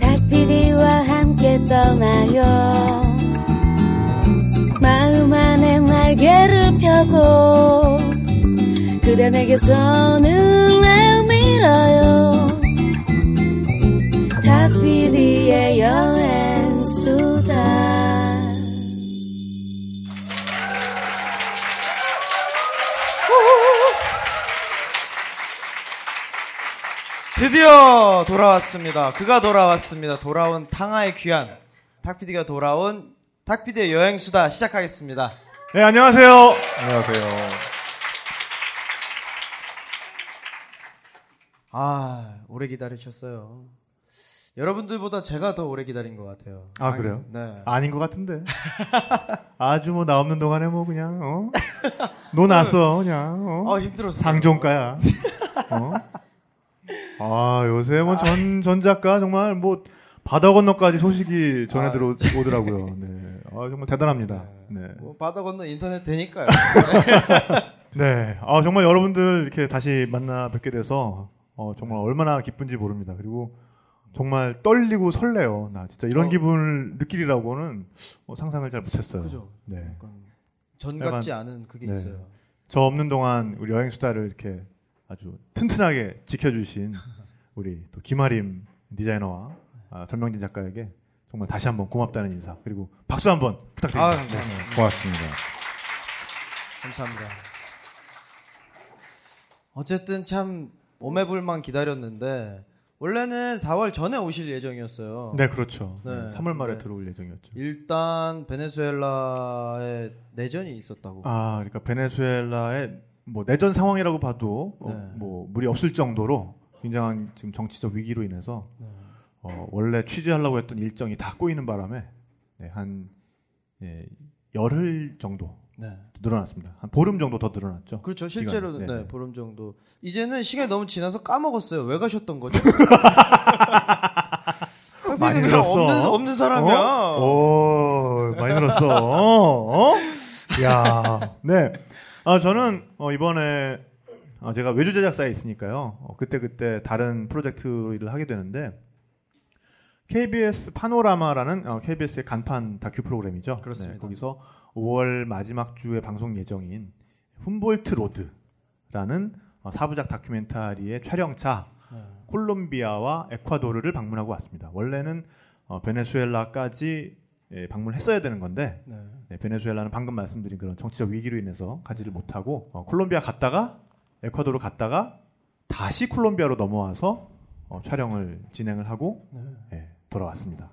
닭피디와 함께 떠나요 마음 안에 날개를 펴고 그대 내게서 눈을 밀어요 닭피디의 여행수다 드디어 돌아왔습니다. 그가 돌아왔습니다. 돌아온 탕하의 귀한 탁피디가 돌아온 탁피디의 여행 수다 시작하겠습니다. 네, 안녕하세요. 안녕하세요. 아 오래 기다리셨어요. 여러분들보다 제가 더 오래 기다린 것 같아요. 아, 그래요? 네. 아닌 것 같은데. 아주 뭐 나 없는 동안에 뭐 그냥 어? 너 났어 그냥 어? 어 힘들었어요. 상종가야. 어? 아 요새 뭐 전 전작가 정말 뭐 바다 건너까지 소식이 전해 아, 들어오더라고요. 네. 아 정말 대단합니다. 네. 뭐 바다 건너 인터넷 되니까요. 네. 아 정말 여러분들 이렇게 다시 만나 뵙게 돼서 어, 정말 얼마나 기쁜지 모릅니다. 그리고 정말 떨리고 설레요. 나 진짜 이런 어. 기분을 느끼리라고는 어, 상상을 잘 못했어요. 그죠? 네. 약간 전 같지 않은 그게 네. 있어요. 저 없는 동안 우리 여행 수다를 이렇게 아주 튼튼하게 지켜주신 우리 또 김아림 디자이너와 아, 전명진 작가에게 정말 다시 한번 고맙다는 인사 그리고 박수 한번 아 부탁드립니다. 감사합니다. 고맙습니다. 감사합니다. 어쨌든 참 오매불만 기다렸는데 원래는 4월 전에 오실 예정이었어요. 네, 그렇죠. 네, 3월 네. 말에 들어올 예정이었죠. 일단 베네수엘라에 내전이 있었다고. 아, 그러니까 베네수엘라의 뭐 내전 상황이라고 봐도 어, 네. 뭐 무리 없을 정도로 굉장한 지금 정치적 위기로 인해서 네. 어, 원래 취재하려고 했던 일정이 다 꼬이는 바람에 네, 한 예, 열흘 정도 네. 늘어났습니다. 한 보름 정도 더 늘어났죠. 그렇죠. 실제로는 시간이. 네, 네, 네. 보름 정도. 이제는 시간이 너무 지나서 까먹었어요. 왜 가셨던 거죠? 많이 그냥 늘었어. 없는, 사- 없는 사람이야. 어? 오, 많이 늘었어. 어? 어? 야, 네. 아 저는 어, 이번에 아, 제가 외주 제작사에 있으니까요. 어, 그때 그때 다른 프로젝트 일을 하게 되는데 KBS 파노라마라는 어, KBS의 간판 다큐 프로그램이죠. 그렇습니다. 네, 거기서 5월 마지막 주에 방송 예정인 훔볼트 로드라는 어, 사부작 다큐멘터리의 촬영차 네. 콜롬비아와 에콰도르를 방문하고 왔습니다. 원래는 어, 베네수엘라까지 예, 방문했어야 되는 건데 네. 네, 베네수엘라는 방금 말씀드린 그런 정치적 위기로 인해서 가지를 못하고 어, 콜롬비아 갔다가 에콰도르 갔다가 다시 콜롬비아로 넘어와서 어, 촬영을 진행을 하고 네. 예, 돌아왔습니다.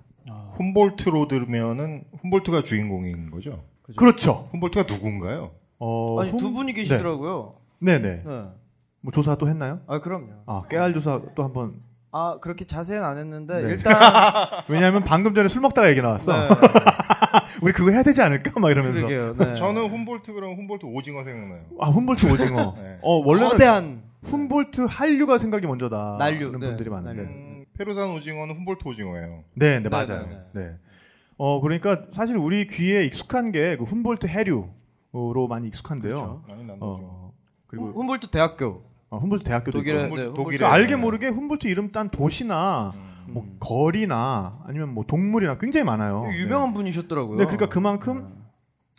아, 어, 훔볼트로 들으면은 훔볼트가 주인공인 거죠? 그죠. 그렇죠. 훔볼트가 누군가요? 어, 아니 두 분이 계시더라고요. 네, 네. 네. 뭐 조사 또 했나요? 아 그럼요. 아, 깨알 조사 또 한번. 아 그렇게 자세히는 안 했는데 네. 일단 네, 왜냐하면 방금 전에 술 먹다가 얘기 나왔어. 우리 그거 해야 되지 않을까? 막 이러면서. 그러게요. 네. 저는 훔볼트 그럼 훔볼트 오징어 생각나요. 아, 훔볼트 오징어. 네. 어, 원래는 거대한 훔볼트 한류가 생각이 먼저다. 난류, 하는 네, 분들이 많은데. 난류. 음, 페루산 오징어는 훔볼트 오징어예요. 네, 네, 네, 맞아요. 네, 네. 어, 그러니까 사실 우리 귀에 익숙한 게그 훔볼트 해류로 많이 익숙한데요. 그렇죠. 많이 난다죠. 훔- 어, 그리고 훔볼트 대학교 어, 훔볼트 대학교도 독일의 있고. 네, 독일의- 훔볼트- 그러니까 알게 모르게 훔볼트 이름 딴 도시나 음. 뭐 음. 거리나 아니면 뭐 동물이나 굉장히 많아요. 유명한 네. 분이셨더라고요. 네, 그러니까 그만큼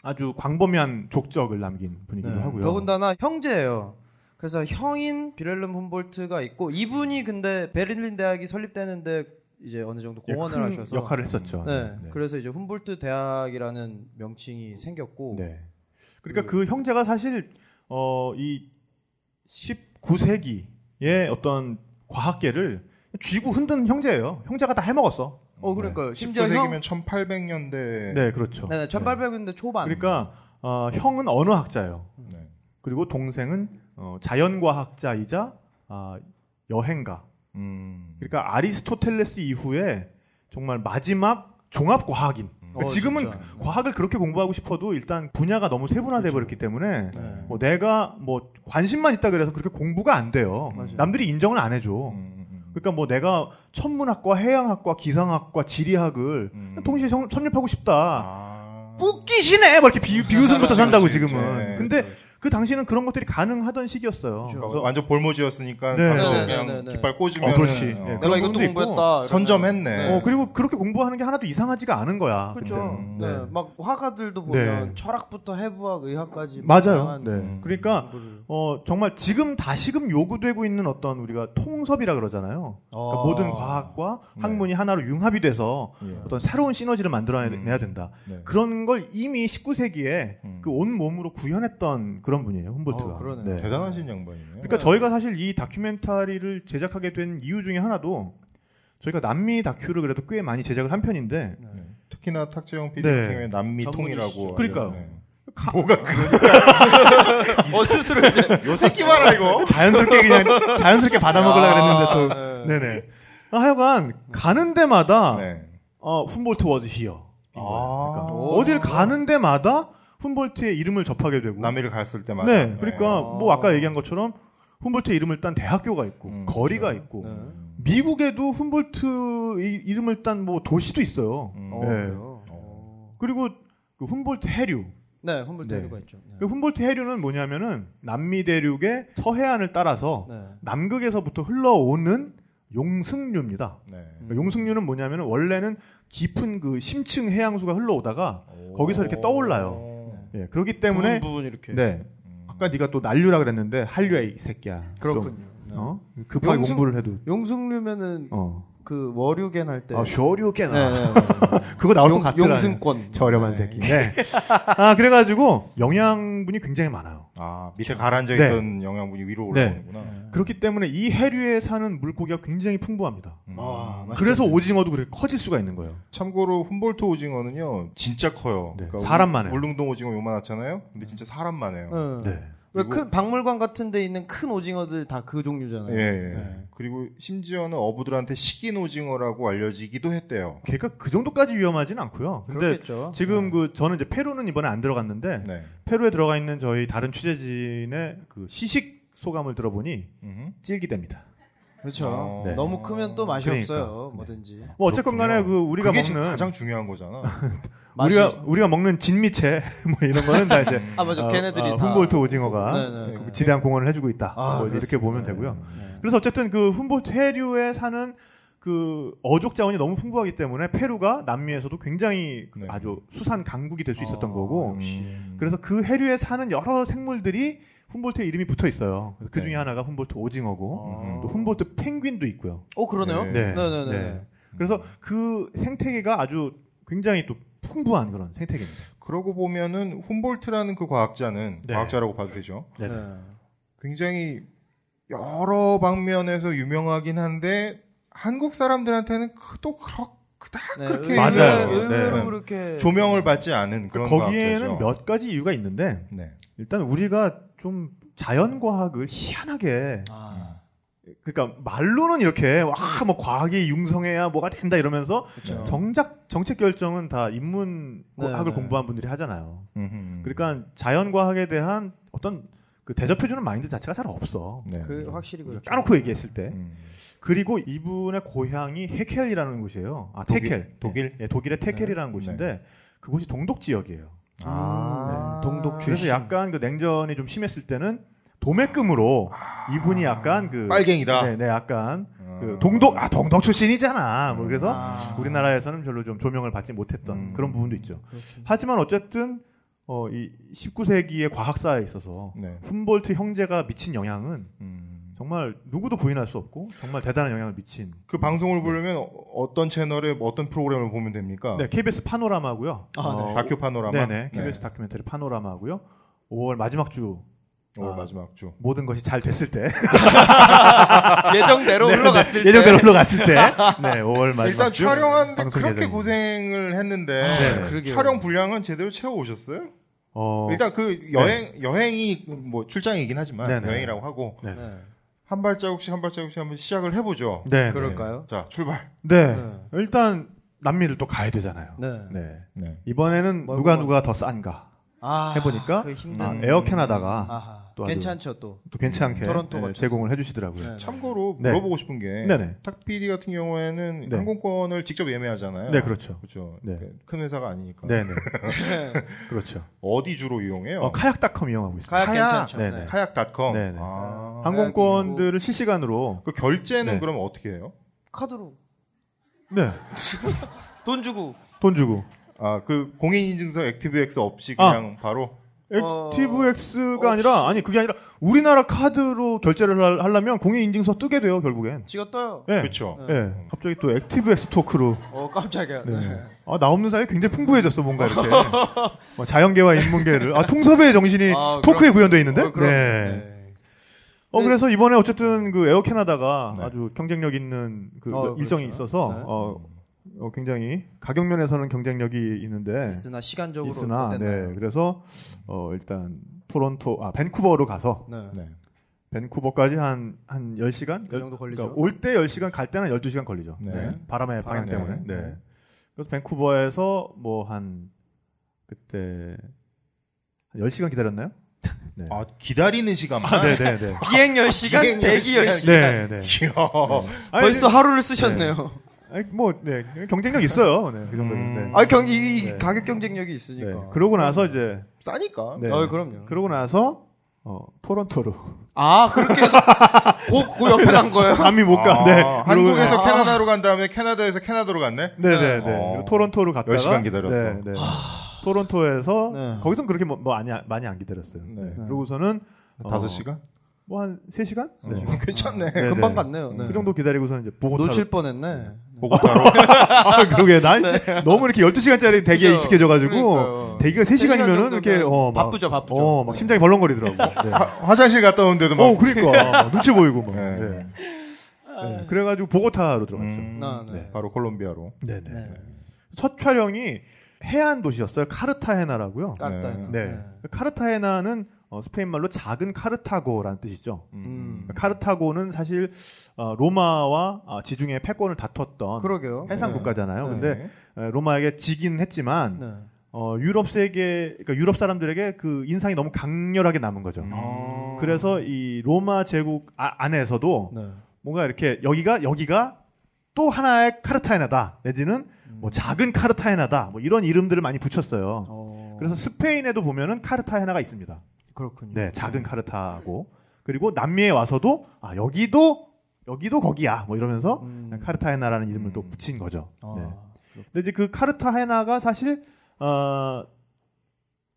아주 광범위한 족적을 남긴 분이기도 네. 하고요. 더군다나 형제예요. 그래서 형인 비렐름 훔볼트가 있고 이분이 근데 베를린 대학이 설립되는데 이제 어느 정도 예, 공헌을 큰 하셔서 역할을 했었죠. 네, 네. 그래서 이제 훔볼트 대학이라는 명칭이 생겼고 네. 그러니까 그 형제가 사실 어 이 19세기의 어떤 과학계를 쥐고 흔든 형제예요. 형제가 다 해먹었어. 어 그러니까요. 심지어 형 19세기면 1800년대. 네, 그렇죠. 네, 네, 1800년대 초반 그러니까 어, 형은 언어학자예요. 네. 그리고 동생은 어, 자연과학자이자 아, 여행가. 음. 그러니까 아리스토텔레스 이후에 정말 마지막 종합과학인. 어, 지금은 진짜. 과학을 그렇게 공부하고 싶어도 일단 분야가 너무 세분화돼 버렸기 때문에 네. 뭐 내가 뭐 관심만 있다 그래서 그렇게 공부가 안 돼요. 맞아요. 남들이 인정을 안 해줘. 음, 음, 그러니까 뭐 내가 천문학과, 해양학과, 기상학과, 지리학을 음. 동시에 성- 섭렵하고 싶다. 아. 뿌끼시네! 막 이렇게 비, 비웃음부터 산다고 지금은. 그렇지. 네, 근데 그렇죠. 그 당시는 그런 것들이 가능하던 시기였어요. 그렇죠. 그래서 그러니까 완전 볼모지였으니까 네. 가서 네, 그냥 네, 네, 네. 깃발 네. 꽂으면 어, 그렇지. 예, 내가 그런 이것도 분도 있고, 공부했다. 이러면. 선점했네. 네. 어 그리고 그렇게 공부하는 게 하나도 이상하지가 않은 거야. 그렇죠. 음, 네. 네. 막 화가들도 보면 네. 철학부터 해부학, 의학까지 막 맞아요. 다양한 네. 음. 그러니까 공부를. 어 정말 지금 다시금 요구되고 있는 어떤 우리가 통섭이라 그러잖아요. 그러니까 아. 모든 과학과 네. 학문이 하나로 융합이 돼서 예. 어떤 새로운 시너지를 만들어내야 음. 된다. 네. 그런 걸 이미 19세기에 음. 그 온 몸으로 구현했던 그런 분이에요. 훔볼트가. 어, 그러네요. 대단하신 양반이네요. 네. 그러니까 저희가 사실 이 다큐멘터리를 제작하게 된 이유 중에 하나도 저희가 남미 다큐를 그래도 꽤 많이 제작을 한 편인데 네. 특히나 탁재영 PD 네. 같은 경우에 남미통이라고. 전문이시죠. 그러니까요. 알려요. 가- 아, 뭐가 그 어 스스로 이제 요 새끼 봐라 이거. 자연스럽게 그냥 자연스럽게 받아먹으려고 그랬는데 또. 또 네네. 하여간 가는 데마다 네. 어, 훔볼트 워즈 히어. 아. 그러니까 오. 어딜 가는 데마다 훔볼트의 이름을 접하게 되고 남미를 갔을 때마다. 네, 그러니까 아. 뭐 아까 얘기한 것처럼 훔볼트 이름을 딴 대학교가 있고 음, 거리가 그렇죠. 있고 네. 음. 미국에도 훔볼트 이- 이름을 딴 뭐 도시도 있어요. 음. 어, 네. 그래요? 어. 그리고 그 훔볼트 해류. 네, 험블 네. 대류가 있죠. 네. 그 훔볼트 해류는 뭐냐면은 남미 대륙의 서해안을 따라서 네. 남극에서부터 흘러오는 용승류입니다. 네. 음. 그러니까 용승류는 뭐냐면은 원래는 깊은 그 심층 해양수가 흘러오다가 네. 오. 거기서 이렇게 떠올라요. 예, 그렇기 때문에 부분 부분 이렇게. 네. 음. 아까 네가 또 난류라 그랬는데 한류야 이 새끼야. 좀, 그렇군요. 네. 어? 급하게 용승- 공부를 해도 용승류면은 어. 그 월요겐 할 때. 아, 쇼류게나. 네, 네, 네. 그거 나올 것 용- 같더라. 용승권. 저렴한 새끼. 네. 아, 그래가지고 영양분이 굉장히 많아요. 아 밑에 가라앉아 네. 있던 영양분이 위로 네. 올라오는구나. 그렇기 때문에 이 해류에 사는 물고기가 굉장히 풍부합니다. 음. 아, 맞- 그래서 오징어도 그렇게 커질 수가 있는 거예요. 참고로 훔볼트 오징어는요 진짜 커요. 그러니까 네, 사람만 해요. 울릉동 오징어 요만하잖아요. 근데 진짜 사람만 해요. 네. 왜 그리고- 큰 박물관 같은 데 있는 큰 오징어들 다 그 종류잖아요. 예, 예. 네. 그리고 심지어는 어부들한테 식인 오징어라고 알려지기도 했대요. 걔가 그 정도까지 위험하진 않고요. 근데 그렇겠죠. 지금 네. 그 저는 이제 페루는 이번에 안 들어갔는데 네. 페루에 들어가 있는 저희 다른 취재진의 그 시식 소감을 들어보니 음흠. 질기됩니다. 그렇죠. 어. 네. 너무 크면 또 맛이 그러니까. 없어요. 네. 뭐든지. 뭐 어쨌건 간에 그 우리가 그게 먹는 지금 가장 중요한 거잖아. 맛이- 우리가 우리가 먹는 진미채 뭐 이런 거는 다 이제 음. 아 맞아. 어, 걔네들이 어, 다 훔볼트 오징어가 네, 네, 그 네. 지대한 공헌을 해주고 있다. 아, 뭐 이렇게 그렇습니다. 보면 되고요. 네. 그래서 어쨌든 그 훔볼트 해류에 사는 그 어족 자원이 너무 풍부하기 때문에 페루가 남미에서도 굉장히 그 네. 아주 수산 강국이 될 수 있었던 아, 거고 음. 그래서 그 해류에 사는 여러 생물들이 훔볼트의 이름이 붙어 있어요. 그 중에 네. 하나가 훔볼트 오징어고 아. 음, 또 훔볼트 펭귄도 있고요. 어 그러네요. 네. 네네네. 네. 음. 그래서 그 생태계가 아주 굉장히 또 풍부한 그런 생태계입니다. 그러고 보면은 훔볼트라는 그 과학자는 네. 과학자라고 봐도 되죠. 네. 굉장히 여러 방면에서 유명하긴 한데 한국 사람들한테는 그- 또 그렇 그닥 그렇게 맞아요. 유명한 네, 의외로 네. 의외로 그렇게 조명을 받지 않은 그런 거기에는 과학자죠. 몇 가지 이유가 있는데 네. 일단 우리가 좀 자연과학을 희한하게 아, 그러니까 말로는 이렇게 와 뭐 과학이 융성해야 뭐가 된다 이러면서 그렇죠. 정작 정책 결정은 다 네, 네. 인문학을 공부한 분들이 하잖아요. 음흠. 그러니까 자연과학에 대한 어떤 그 대접해주는 마인드 자체가 잘 없어. 네. 그 확실히 그렇죠. 까놓고 얘기했을 때. 음. 그리고 이분의 고향이 헤켈이라는 곳이에요. 아 독일- 테켈. 독일? 예, 독일의 테켈이라는 네. 곳인데 그곳이 동독 지역이에요. 아. 네. 동독 그래서 출신. 약간 그 냉전이 좀 심했을 때는 도매금으로 이분이 약간 그 빨갱이다. 네, 네, 약간 아. 그 동독 아 동독 출신이잖아. 뭐 그래서 아. 우리나라에서는 별로 좀 조명을 받지 못했던 음. 그런 부분도 있죠. 그렇군요. 하지만 어쨌든 어, 이 19세기의 과학사에 있어서 네. 훔볼트 형제가 미친 영향은 음. 정말 누구도 부인할 수 없고 정말 대단한 영향을 미친. 그 방송을 보려면 어- 어떤 채널에 뭐 어떤 프로그램을 보면 됩니까? 네, KBS 파노라마고요. 어, 아, 네. 다큐 파노라마. 네네, KBS 다큐멘터리 파노라마고요. 5월 마지막 주 월 아. 마지막 주. 모든 것이 잘 됐을 때 아, 예정대로 네, 네, 흘러갔을 때 예정대로 흘러갔을 때 네, 5월 마지막 일단 주 촬영하는데 방송 그렇게 예정입니다. 고생을 했는데 네. 그러게요. 촬영 분량은 제대로 채워 오셨어요? 어, 네. 일단 그 여행 여행이 뭐 출장이긴 하지만 네네. 여행이라고 하고 네. 네. 한 발자국씩 한 발자국씩 한번 시작을 해보죠. 네, 네. 그럴까요? 자 출발. 네. 네. 일단 남미를 또 가야 되잖아요. 네. 네. 네. 이번에는 뭐, 누가 뭐. 누가 더 싼가? 아, 해보니까 그 힘든 아, 에어 캐나다가 아하. 또 아주- 괜찮죠 또. 또 괜찮게 토론토 네, 거쳐서. 제공을 해주시더라고요. 네. 참고로 네. 물어보고 싶은 게 네네. 탁 PD 같은 경우에는 네. 항공권을 직접 예매하잖아요. 네, 그렇죠. 그렇죠. 네. 큰 회사가 아니니까. 네네. 그렇죠. 어디 주로 이용해요? 어, 카약닷컴 이용하고 있습니다. 가야 하야- 괜찮죠. 네네. 네. 카약닷컴. 네네. 아. 항공권들을 실시간으로 그 결제는 네. 그럼 어떻게 해요? 카드로 네. 돈 주고 돈 주고 아, 그 공인인증서 액티브엑스 없이 아. 그냥 바로 어, 액티브엑스가 어, 아니라 아니 그게 아니라 우리나라 카드로 결제를 할- 하려면 공인인증서 뜨게 돼요 결국엔. 지가 떠요. 네. 그렇죠. 네. 네. 갑자기 또 액티브엑스 토크로 어 깜짝이야. 네. 네. 아, 나 없는 사이에 굉장히 풍부해졌어 뭔가 이렇게 뭐 자연계와 인문계를 아 통섭의 정신이 아, 토크에 구현돼 있는데. 어, 그럼, 네. 어 그래서 이번에 어쨌든 그 에어 캐나다가 네. 아주 경쟁력 있는 그 어, 일정이 그렇죠. 있어서 네. 어, 어, 굉장히 가격 면에서는 경쟁력이 있는데 있으나 시간적으로 네. 있으나 어땠나요? 네 그래서 어, 일단 토론토 아 밴쿠버로 가서 네. 네. 밴쿠버까지 한 한 10시간 그 정도 걸리죠. 그러니까 올 때 10시간 갈 때는 12시간 걸리죠. 네. 네. 바람의 방향 바람 때문에. 때문에. 네. 네. 그래서 밴쿠버에서 뭐 한 그때 한 10시간 기다렸나요? 네. 아, 기다리는 시간만. 아, 네, 네, 네. 비행 10시간, 비행 대기 10시간. 10시간. 네, 네. 이야. 아니, 벌써 하루를 쓰셨네요. 아니, 뭐, 네, 경쟁력 있어요. 네, 그 정도는. 음. 네. 아, 경, 이, 이 네. 가격 경쟁력이 있으니까. 네. 그러고 나서 이제, 싸니까. 네. 어, 그럼요. 그러고 나서, 어, 토론토로. 아, 그렇게 해서 고, 고 옆에 간 거예요? 감이 못 아, 가. 네. 한국에서 그러고- 캐나다로 간 다음에 캐나다에서 캐나다로 갔네. 네, 네, 네. 어. 그리고 토론토로 갔다가. 10시간 기다렸어. 네, 네. 토론토에서, 네. 거기선 그렇게 뭐, 뭐 많이, 안- 많이 안 기다렸어요. 네. 네. 그러고서는, 어, 다섯 시간? 뭐한 3시간? 네. 어, 괜찮네. 네, 금방 네. 갔네요. 네. 그 정도 기다리고서는 이제 보고타로 놓칠 뻔했네. 보고타로. 아, 그러게. 나 이제 너무 이렇게 12시간짜리 대기에 네. 그죠. 익숙해져 가지고 그러니까요. 대기가 세 시간 3시간이면은 정도면 이렇게 어, 막, 바쁘죠, 바쁘죠. 어, 막 심장이 벌렁거리더라고. 네. 화- 화장실 갔다 오는데도 막. 어, 그러니까. 막 눈치 보이고 막. 네. 네. 아. 네. 그래 가지고 보고타로 들어갔죠. 음, 나, 네. 네. 바로 콜롬비아로. 네, 네. 네. 첫 촬영이 해안 도시였어요. 카르타헤나라고요. 깠다. 네. 네. 카르타헤나는 어, 스페인 말로 작은 카르타고라는 뜻이죠. 음. 카르타고는 사실 어, 로마와 아, 지중해 패권을 다퉜던 그러게요. 해상 네. 국가잖아요. 네. 근데 에, 로마에게 지긴 했지만 네. 어, 유럽 세계 그러니까 유럽 사람들에게 그 인상이 너무 강렬하게 남은 거죠. 음. 그래서 이 로마 제국 아- 안에서도 네. 뭔가 이렇게 여기가 여기가 또 하나의 카르타헤나다 내지는 음. 뭐 작은 카르타헤나다 뭐 이런 이름들을 많이 붙였어요. 어, 그래서 스페인에도 보면은 카르타헤나가 있습니다. 그렇군요. 네, 작은 카르타고 그리고 남미에 와서도 아 여기도 여기도 거기야 뭐 이러면서 음. 카르타헤나라는 이름을 또 음. 붙인 거죠. 아, 네. 근데 이제 그 카르타헤나가 사실 어,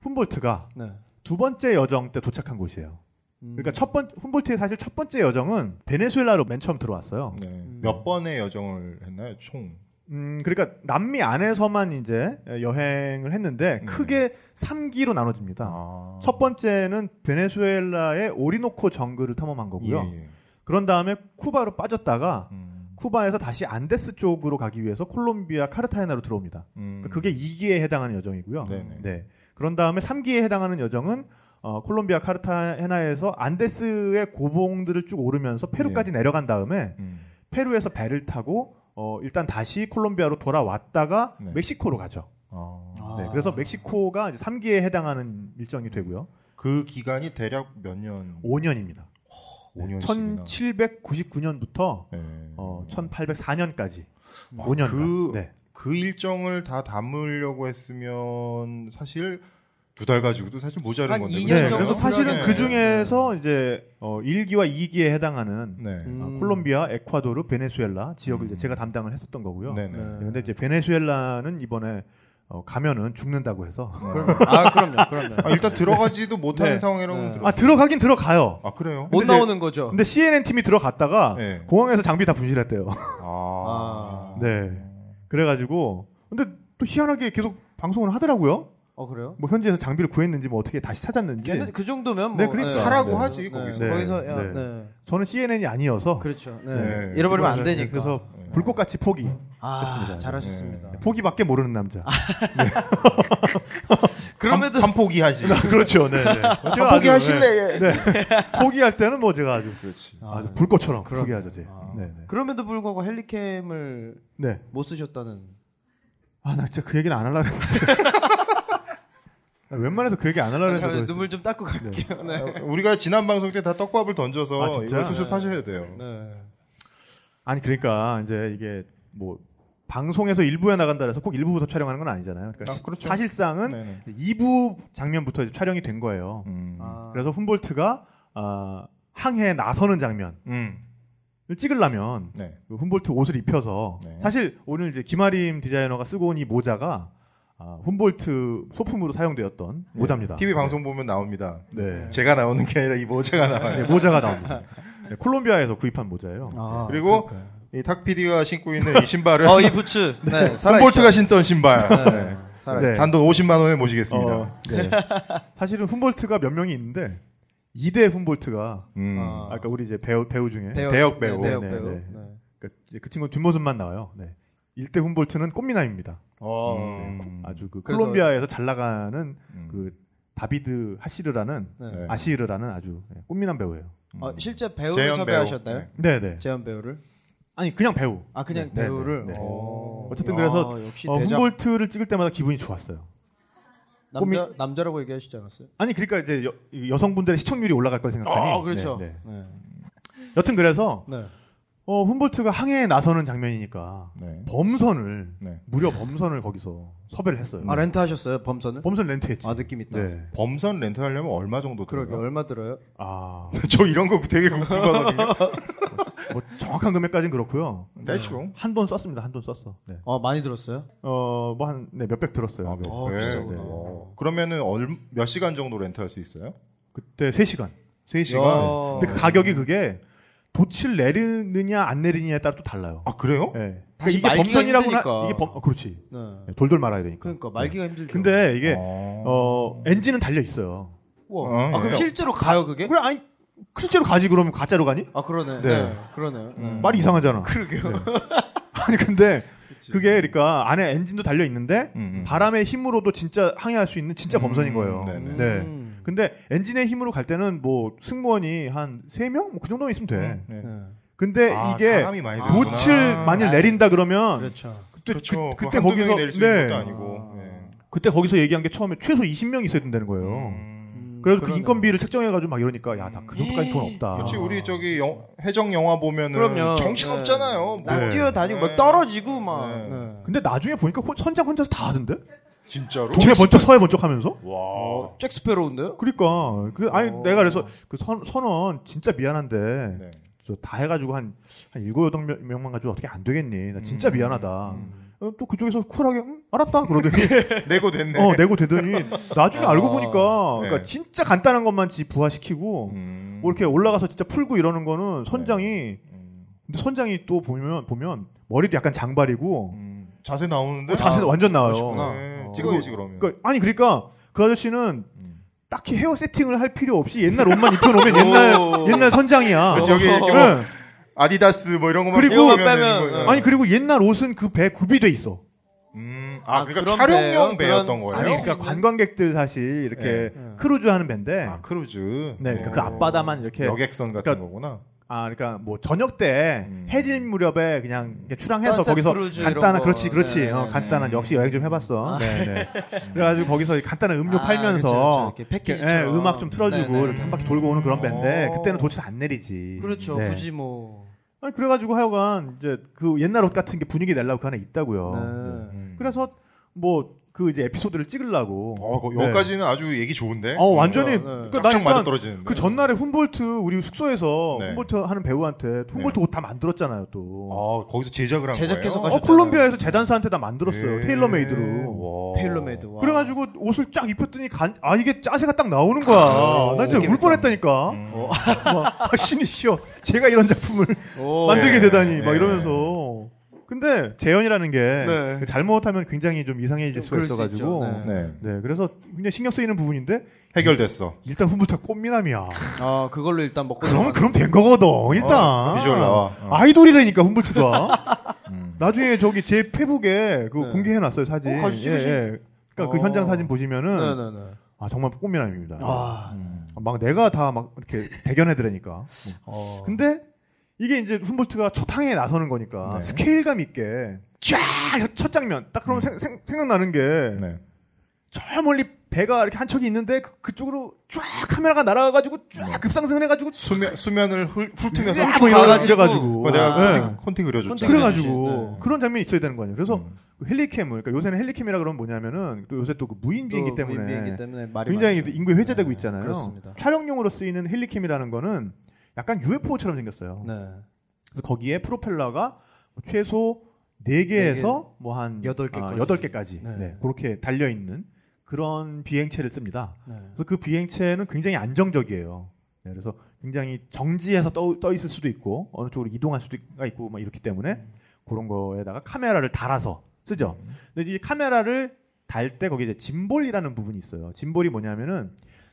훔볼트가 네. 두 번째 여정 때 도착한 곳이에요. 음. 그러니까 첫 번, 훔볼트의 사실 첫 번째 여정은 베네수엘라로 맨 처음 들어왔어요. 네. 몇 번의 여정을 했나요? 총. 음, 그러니까 남미 안에서만 이제 여행을 했는데 네. 크게 3기로 나눠집니다. 아. 첫 번째는 베네수엘라의 오리노코 정글을 탐험한 거고요. 예, 예. 그런 다음에 쿠바로 빠졌다가 음. 쿠바에서 다시 안데스 쪽으로 가기 위해서 콜롬비아 카르타헤나로 들어옵니다. 음. 그러니까 그게 2기에 해당하는 여정이고요. 네네. 네. 그런 다음에 3기에 해당하는 여정은 어, 콜롬비아 카르타헤나에서 안데스의 고봉들을 쭉 오르면서 페루까지 예. 내려간 다음에 음. 페루에서 배를 타고 어, 일단 다시 콜롬비아로 돌아왔다가 네. 멕시코로 가죠. 아. 아. 네, 그래서 멕시코가 이제 3기에 해당하는 일정이 되고요. 그 기간이 대략 몇 년? 5년입니다. 5년씩이나. 1799년부터 네. 어, 1804년까지 아, 5년간. 그, 네. 그 일정을 다 담으려고 했으면 사실 두 달 가지고도 사실 모자른 한 건데. 이 네, 년 그렇잖아요. 그래서 정도? 사실은 네. 그 중에서 이제 어, 1기와 2기에 해당하는 네. 음. 아, 콜롬비아, 에콰도르, 베네수엘라 지역을 이제 음. 제가 담당을 했었던 거고요. 네네. 네. 근데 이제 베네수엘라는 이번에 어, 가면은 죽는다고 해서 그럼요. 아, 그럼요. 그럼요. 아, 일단 들어가지도 못하는 네. 뭐- 상황이라고 네. 들어. 아 들어가긴 들어가요. 아 그래요? 못 근데 이제- 나오는 거죠. 근데 CNN 팀이 들어갔다가 네. 공항에서 장비 다 분실했대요. 아. 아. 네. 그래가지고 근데 또 희한하게 계속 방송을 하더라고요. 어, 그래요? 뭐 현지에서 장비를 구했는지 뭐 어떻게 다시 찾았는지. 걔는 그 정도면 뭐 네, 그러니까. 사라고 네. 하지, 네. 거기서. 네. 거기서 야, 네. 네. 저는 CNN이 아니어서 그렇죠. 네. 네. 잃어버리면 안 이번에 되니까. 그래서 네. 불꽃같이 포기. 아, 했습니다. 잘하셨습니다. 네. 포기밖에 모르는 남자. 아. 그럼에도 한, 포기 하지. 그렇죠. 네. 네. 제가 아주, 네. 포기하실래? 네. 포기할 때는 뭐 제가 아주 그렇지. 아, 아주 네. 불꽃처럼 그럼요. 포기하죠, 제. 아. 네, 네. 그럼에도 불구하고 헬리캠을 네. 못 쓰셨다는. 아, 나 진짜 그 얘기는 안 하려고 했는데. 웬만해서 그 얘기 안 하려고 아, 잠깐만, 했는데 눈물 좀 닦고 갈게요. 네. 아, 우리가 지난 방송 때 다 떡밥을 던져서 아, 진짜? 이거 수습하셔야 돼요. 네. 아니 그러니까 이제 이게 뭐 방송에서 일부에 나간다 해서 꼭 일부부터 촬영하는 건 아니잖아요. 그러니까 아, 그렇죠. 사실상은 네네. 2부 장면부터 이제 촬영이 된 거예요. 음. 아, 그래서 훔볼트가 아, 항해에 나서는 장면을 음. 찍으려면 네. 그 훔볼트 옷을 입혀서 네. 사실 오늘 이제 김아림 디자이너가 쓰고 온 이 모자가 아, 훔볼트 소품으로 사용되었던 모자입니다. 네. TV 방송 보면 나옵니다. 네. 아, 네. 제가 나오는 게 아니라 이 모자가 네, 나와요. 모자가 나옵니다. 네, 콜롬비아에서 구입한 모자예요. 그리고 이탁 PD가 신고 있는 이 신발은 어, 이 부츠. 네. 살아 홈볼트가 신던 신발. 네. 살아. 네. 단돈 50만 원에 모시겠습니다. 어, 네. 사실은 훔볼트가 몇 명이 있는데 2대 훔볼트가 음. 아. 아까 우리 이제 배우 배우 중에 대역 배우. 네, 대역 네, 배우. 네. 네. 그, 이제 그 친구 뒷모습만 나와요. 네. 1대 훔볼트는 꽃미남입니다. 어. 음. 네, 아주 그 그래서- 콜롬비아에서 잘 나가는 음. 그 다비드 하시르라는 네. 네. 아시르라는 아주 네, 꽃미남 배우예요. 아, 음. 실제 배우를 재현 섭외하셨나요? 배우. 네, 네. 재현 배우를? 아니 그냥 배우. 아, 그냥 네, 네, 배우를. 네, 네. 오. 어쨌든 그래서 아, 역시 어, 대작 훔볼트를 찍을 때마다 기분이 좋았어요. 남자 남자라고 얘기하시지 않았어요? 아니 그러니까 이제 여, 성분들의 시청률이 올라갈 걸 생각하니. 아, 그렇죠. 네, 네. 네. 여튼 그래서 네. 어, 훔볼트가 항해에 나서는 장면이니까 네. 범선을 네. 무려 범선을 거기서 섭외를 했어요. 아, 렌트 하셨어요? 범선을? 네. 범선 렌트했지. 아, 느낌 있다. 네. 범선 렌트하려면 얼마 정도 그러게 들어요? 얼마 들어요? 아, 저 이런 거 되게 궁금하거든요. 뭐 정확한 금액까지는 그렇고요. 대충. 한 돈 썼습니다. 한 돈 썼어. 네. 어, 많이 들었어요? 어, 뭐 한 네, 몇백 들었어요. 아, 몇 어, 배? 비싸구나. 어. 그러면은 얼, 몇 시간 정도 렌트할 수 있어요? 그때 3시간. 3시간. 야. 근데 그 가격이 그게 돛을 내리느냐 안 내리느냐에 따라 또 달라요. 아, 그래요? 네. 다시 이게 말기가 범선이라고는 힘드니까. 이게 범, 어, 그렇지. 네. 네, 돌돌 말아야 되니까. 그러니까 말기가 힘들죠. 네. 근데 이게 아. 어, 엔진은 달려 있어요. 우와. 어, 아, 그럼 예. 실제로 가요, 그게? 그래 아니 실제로 가지 그러면 가짜로 가니? 아, 그러네. 네. 네. 그러네요. 음. 말이 이상하잖아. 그러게요. 아니 근데 그치. 그게 그러니까 안에 엔진도 달려 있는데 음, 음. 바람의 힘으로도 진짜 항해할 수 있는 진짜 음, 범선인 거예요. 네네. 네. 음. 근데 엔진의 힘으로 갈 때는 뭐 승무원이 한 세명뭐그 정도면 있으면 돼. 네. 네. 네. 근데 아, 이게 사람이 많이 아, 들구나. 네. 돛을 만일 내린다 그러면 그렇죠. 그때 그렇죠. 그, 그, 때 한두 거기서 명이 낼수 네. 있는 것도 아니고. 네. 그때 거기서 얘기한 게 처음에 최소 20명 있어야 된다는 거예요. 음. 그래서 그 그러네요. 인건비를 책정해 가지고 막 이러니까 야 나 그 정도까지 돈 없다. 그렇지 우리 저기 영- 해적 영화 보면은 그럼요. 정신 없잖아요. 뭐. 날 네. 네. 뛰어다니고 네. 막 떨어지고 막. 네. 네. 근데 나중에 보니까 혼- 선장 혼자서 다 하던데? 진짜로. 동해 번쩍 서해 번쩍 하면서? 와. 어, 잭스페로운데요? 그러니까 그 아니 어. 내가 그래서 그 선, 선원 진짜 미안한데 네. 저 다 해가지고 한한 일곱 여덟 명- 명만 가지고 어떻게 안 되겠니? 나 진짜 음. 미안하다. 음. 어, 또 그쪽에서 쿨하게 응, 알았다 그러더니 내고 됐네. 어 내고 되더니 나중에 아. 알고 보니까 네. 그러니까 진짜 간단한 것만 지 부화시키고 음. 뭐 이렇게 올라가서 진짜 풀고 이러는 거는 선장이 음. 근데 선장이 또 보면 보면 머리도 약간 장발이고 음. 자세 나오는데. 어, 자세 아, 완전 나와요. 멋있구나. 네. 어. 찍어야지 그러면. 그러니까 아니 그러니까 그 아저씨는 음. 딱히 헤어 세팅을 할 필요 없이 옛날 옷만 입혀놓으면 옛날 오. 옛날 선장이야. 그치, 여기 이렇게 뭐 네. 아디다스 뭐 이런 아. 것만 그리고- 입고 오면 빼면- 네. 되는 거예요. 아니 그리고 옛날 옷은 그 배에 구비돼 있어. 음. 아, 아, 그러니까 그런 배예요? 촬영용 배였던 그런- 거예요. 네. 아니 그러니까 그래요? 관광객들 사실 이렇게 네. 크루즈 하는 배인데 아, 크루즈. 네, 그러니까 그 어. 앞바다만 이렇게- 여객선 같은 그러니까- 거구나. 아 그러니까 뭐 저녁 때 음. 해질 무렵에 그냥 이렇게 출항해서 선셋 거기서 크루즈 이런 간단한 거. 그렇지 그렇지 네, 어, 네, 간단한 네. 역시 여행 좀 해봤어. 네, 네. 그래가지고 거기서 간단한 음료 아, 팔면서 그쵸, 그쵸. 이렇게 패키지처럼. 예, 음악 좀 틀어주고 네네. 이렇게 한 바퀴 돌고 오는 그런 배인데 어. 그때는 도대체 안 내리지. 그렇죠. 네. 굳이 뭐. 아니 그래가지고 하여간 이제 그 옛날 옷 같은 게 분위기 내려고 그 안에 있다고요. 네. 음. 네. 그래서 뭐 그 이제 에피소드를 찍으려고. 어, 거- 네. 여기까지는 아주 얘기 좋은데. 어 완전히 네. 그러니까 나 쫙쫙 맞아 일단 떨어지는데. 그 전날에 훔볼트 우리 숙소에서 네. 훔볼트 하는 배우한테 훔볼트 옷 다 만들었잖아요 또. 아, 거기서 제작을 한 제작해서 거예요? 어 하셨잖아요. 콜롬비아에서 재단사한테 다 만들었어요 예. 테일러메이드로. 와. 테일러메이드. 와. 어. 그래가지고 옷을 쫙 입혔더니 간, 아 이게 짜세가 딱 나오는 거야. 아, 나 진짜 되게 울 뻔했다니까. 음. 막, 아, 신이시여 제가 이런 작품을 오. 네. 만들게 예. 되다니 막 예. 이러면서. 근데 재현이라는 게그 네. 잘못하면 굉장히 좀좀 이상해질 수가 그럴 수 있어가지고. 있죠. 네. 네. 그래서 굉장히 신경 쓰이는 부분인데 해결됐어. 일단 훔볼트가 꽃미남이야. 아, 그걸로 일단 먹고. 그럼 들어가는 그럼 된 거거든 일단 아, 어, 비주얼 나와. 어. 아. 아이돌이라니까 훔볼트가 음. 나중에 저기 제 페북에 그 네. 공개해놨어요 사진 어, 같이 찍으신- 그러니까 그 어. 현장 사진 보시면은 네네네. 아 정말 꽃미남입니다 아. 음. 막 내가 다 막 이렇게 대견해드라니까 어. 근데 이게 이제 훔볼트가 첫 항해에 나서는 거니까 네. 스케일감 있게 쫙첫 장면 딱 그러면 생, 생, 각나는 게 저 네. 멀리 배가 이렇게 한 척이 있는데 그, 쪽으로쫙 카메라가 날아가가지고 쫙 급상승을 해가지고 수면, 수면을 훌, 훑으면서 쫙 이래가지고 이래가지고. 네, 그거 내가 아. 네. 콘티- 콘티 그려줬잖아. 콘티 그래가지고 네. 그런 장면이 있어야 되는 거 아니에요. 그래서 음. 그 헬리캠을 그러니까 요새는 헬리캠이라 그러면 뭐냐면은 또 요새 또 그 무인 비행기 또 때문에 비행기 때문에 말이 굉장히 많죠. 인구에 회자되고 네, 있잖아요. 그렇습니다. 촬영용으로 쓰이는 헬리캠이라는 거는 약간 UFO처럼 생겼어요. 네. 그래서 거기에 프로펠러가 최소 4개에서 뭐한 네 아, 여덟 개까지. 여덟 개까지 네. 그렇게 달려 있는 그런 비행체를 씁니다. 네. 그래서 그 비행체는 굉장히 안정적이에요. 네, 그래서 굉장히 정지해서 떠, 떠 있을 수도 있고 어느 쪽으로 이동할 수도 있- 있고 막 이렇기 때문에 그런 거에다가 카메라를 달아서 쓰죠. 근데 이 카메라를 달 때 거기 이제 짐볼이라는 부분이 있어요. 짐볼이 뭐냐면은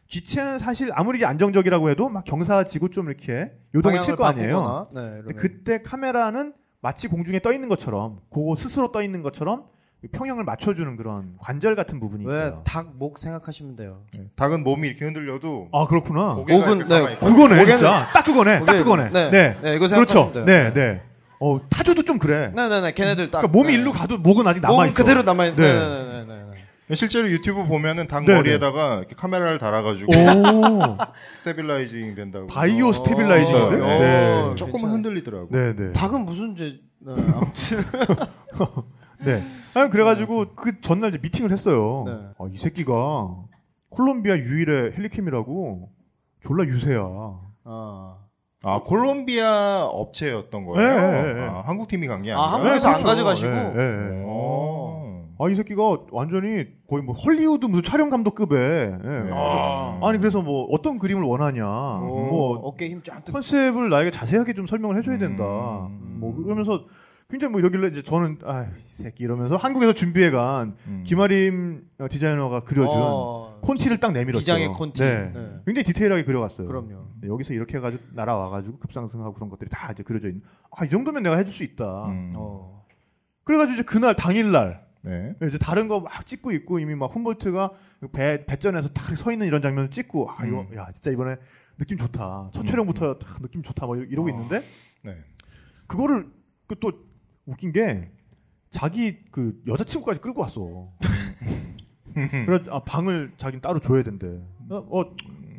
기체는 사실 아무리 안정적이라고 해도 막 경사지고 좀 이렇게 요동을 칠 거 방향을 아니에요. 바꾸거나, 네, 근데 이러면. 그때 카메라는 마치 공중에 떠 있는 것처럼 그거 스스로 떠 있는 것처럼 평형을 맞춰주는 그런 관절 같은 부분이 있어요. 왜닭목 생각하시면 돼요. 닭은 몸이 이렇게 흔들려도 아 그렇구나. 고개가 목은, 이렇게 네, 가만히 있고 그거네 고개는- 진짜 딱 그거네 딱 거기에- 그거네 네, 네, 이거 그렇죠 생각하시면 돼요. 네네 어 타조도 좀 그래 네, 네, 네. 걔네들 딱. 그러니까 몸이 네. 일로 가도 목은 아직 남아 몸은 있어 그대로 남아 있네. 네. 네, 네, 네, 네. 실제로 유튜브 보면은 닭 네, 네. 머리에다가 이렇게 카메라를 오 달아가지고 스테빌라이징 된다고. 바이오 스테빌라이저인데 있어요. 네. 네. 어, 조금은 괜찮아요. 흔들리더라고. 네네 닭은 무슨 죄? 네, 아무튼 네 아니, 그래가지고 그 전날 이제 미팅을 했어요 네. 아, 이 새끼가 콜롬비아 유일의 헬리캠이라고 졸라 유세야 어. 아 콜롬비아 업체였던 거예요. 네, 네, 네. 아, 한국 팀이 간 게 아, 아니라. 한국에서 안 가져가시고? 그렇죠. 네. 어. 아이 새끼가 완전히 거의 뭐 헐리우드 무슨 촬영 감독급에 네. 예. 아. 아니 그래서 뭐 어떤 그림을 원하냐 뭐 뭐 어깨 힘쫙 뜨고. 컨셉을 나에게 자세하게 좀 설명을 해줘야 된다. 음. 뭐 그러면서 굉장히 뭐 이러길래 이제 저는 아이 새끼 이러면서 한국에서 준비해간 음. 김아림 어, 디자이너가 그려준 어, 콘티를 딱 내밀었죠. 기장의 콘티. 네. 네. 굉장히 디테일하게 그려갔어요. 그럼요. 근데 여기서 이렇게 해가지고 날아와가지고 급상승하고 그런 것들이 다 이제 그려져 있는. 아이 정도면 내가 해줄 수 있다. 음. 어. 그래가지고 이제 그날 당일날 네. 예, 이제 다른 거 막 찍고 있고 이미 막 훔볼트가 배 배전에서 딱 서 있는 이런 장면을 찍고 아 이거 야 진짜 이번에 느낌 좋다. 첫 음. 촬영부터 딱 느낌 좋다. 막 이러고 어. 있는데 네. 그거를 그또 웃긴 게 자기 그 여자친구까지 끌고 왔어. 그래 아, 방을 자기는 따로 줘야 된대. 어, 어,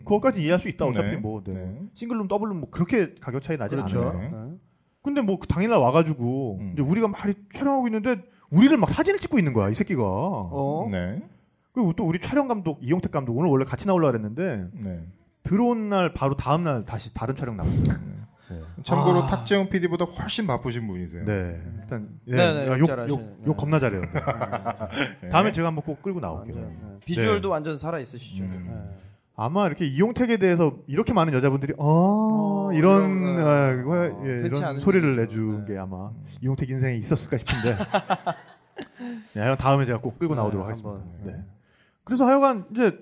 그거까지 이해할 수 있다. 어차피 네. 뭐 네. 네. 싱글룸 더블룸 뭐 그렇게 가격 차이 나지 그렇죠. 않아요. 네. 네. 근데 뭐 그 당일날 와가지고 음. 이제 우리가 막 이렇게 촬영하고 있는데 우리를 막 사진을 찍고 있는 거야 이 새끼가. 어. 네. 그리고 또 우리 촬영 감독 이용택 감독 오늘 원래 같이 나올라 그랬는데 네. 들어온 날 바로 다음 날 다시 다른 촬영 나왔어요. 참고로 아. 탁재훈 PD보다 훨씬 바쁘신 분이세요. 네. 일단 예, 네네, 야, 욕 욕, 잘하시네. 욕, 네. 욕 겁나 잘해요. 네. 다음에 제가 한번 꼭 끌고 나올게요. 완전, 네. 비주얼도 완전 살아 있으시죠. 네. 음. 아마 이렇게 이용택에 대해서 이렇게 많은 여자분들이 어, 어, 이런 이런, 네. 아, 그거, 어, 예, 흔치 이런 않은 소리를 일이죠. 내준 네. 게 아마 이용택 인생에 있었을까 싶은데 네, 다음에 제가 꼭 끌고 네, 나오도록 하겠습니다. 한번, 네. 네. 그래서 하여간 이제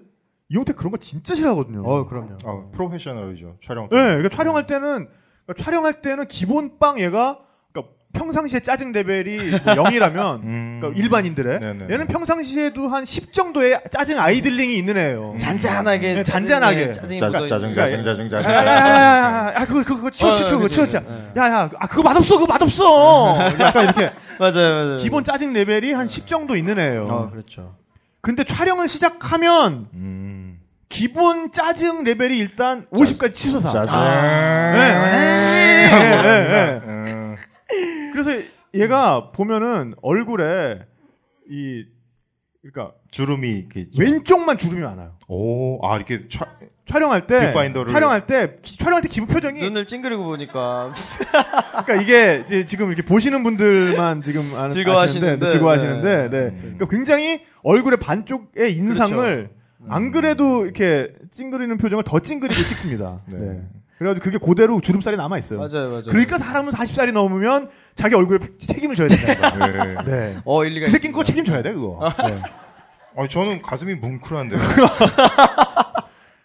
이용택 그런 거 진짜 네. 싫어하거든요. 어, 그럼요. 아, 프로페셔널이죠. 촬영. 네, 그러니까 촬영할 때는 그러니까 촬영할 때는 기본 빵 얘가 그러니까 평상시에 짜증 레벨이 뭐 0이라면 음. 그러니까 일반인들의 네네. 얘는 평상시에도 한 10 정도의 짜증 아이들링이 있는 음. 애예요. 잔잔하게 네, 잔잔하게. 짜증이 짜- 묻어있는. 짜증 그러니까 짜증 짜증 야, 야, 야, 야, 짜증. 야, 야, 야, 그거, 그거, 그거 어, 치워, 치워, 그거 그치, 치워, 그치. 치워. 네. 야, 야, 아, 그거 맛없어, 그거 맛없어! 네. 약간 이렇게. 맞아요, 음. 맞아요. 기본 짜증 레벨이 한 10 정도 있는 애예요. 어, 그렇죠. 근데 촬영을 시작하면 음. 기본 짜증 레벨이 일단 50까지 치솟아. 짜증. 네. 네, 네, 네. 음. 그래서 얘가 보면은 얼굴에 이, 그러니까 주름이 이렇게 있죠. 왼쪽만 주름이 많아요. 오, 아 이렇게 차... 촬영할 때, 빅파인더를- 촬영할 때, 기- 촬영할 때 기본 표정이 눈을 찡그리고 보니까 그러니까 이게 이제 지금 이렇게 보시는 분들만 지금 아는, 즐거워하시는데, 아시는데, 네, 즐거워하시는데, 네. 네. 그러니까 굉장히 얼굴의 반쪽의 인상을 그렇죠. 음. 안 그래도 이렇게 찡그리는 표정을 더 찡그리고 찍습니다. 네. 네. 그래가지고 그게 그대로 주름살이 남아 있어요. 맞아요, 맞아요. 그러니까 사람은 40살이 넘으면 자기 얼굴에 책임을 져야 된다. 네. 네. 어 일리가 그 새끼는 그거 있습니다. 책임져야 돼 그거. 아. 네. 아니 저는 가슴이 뭉클한데.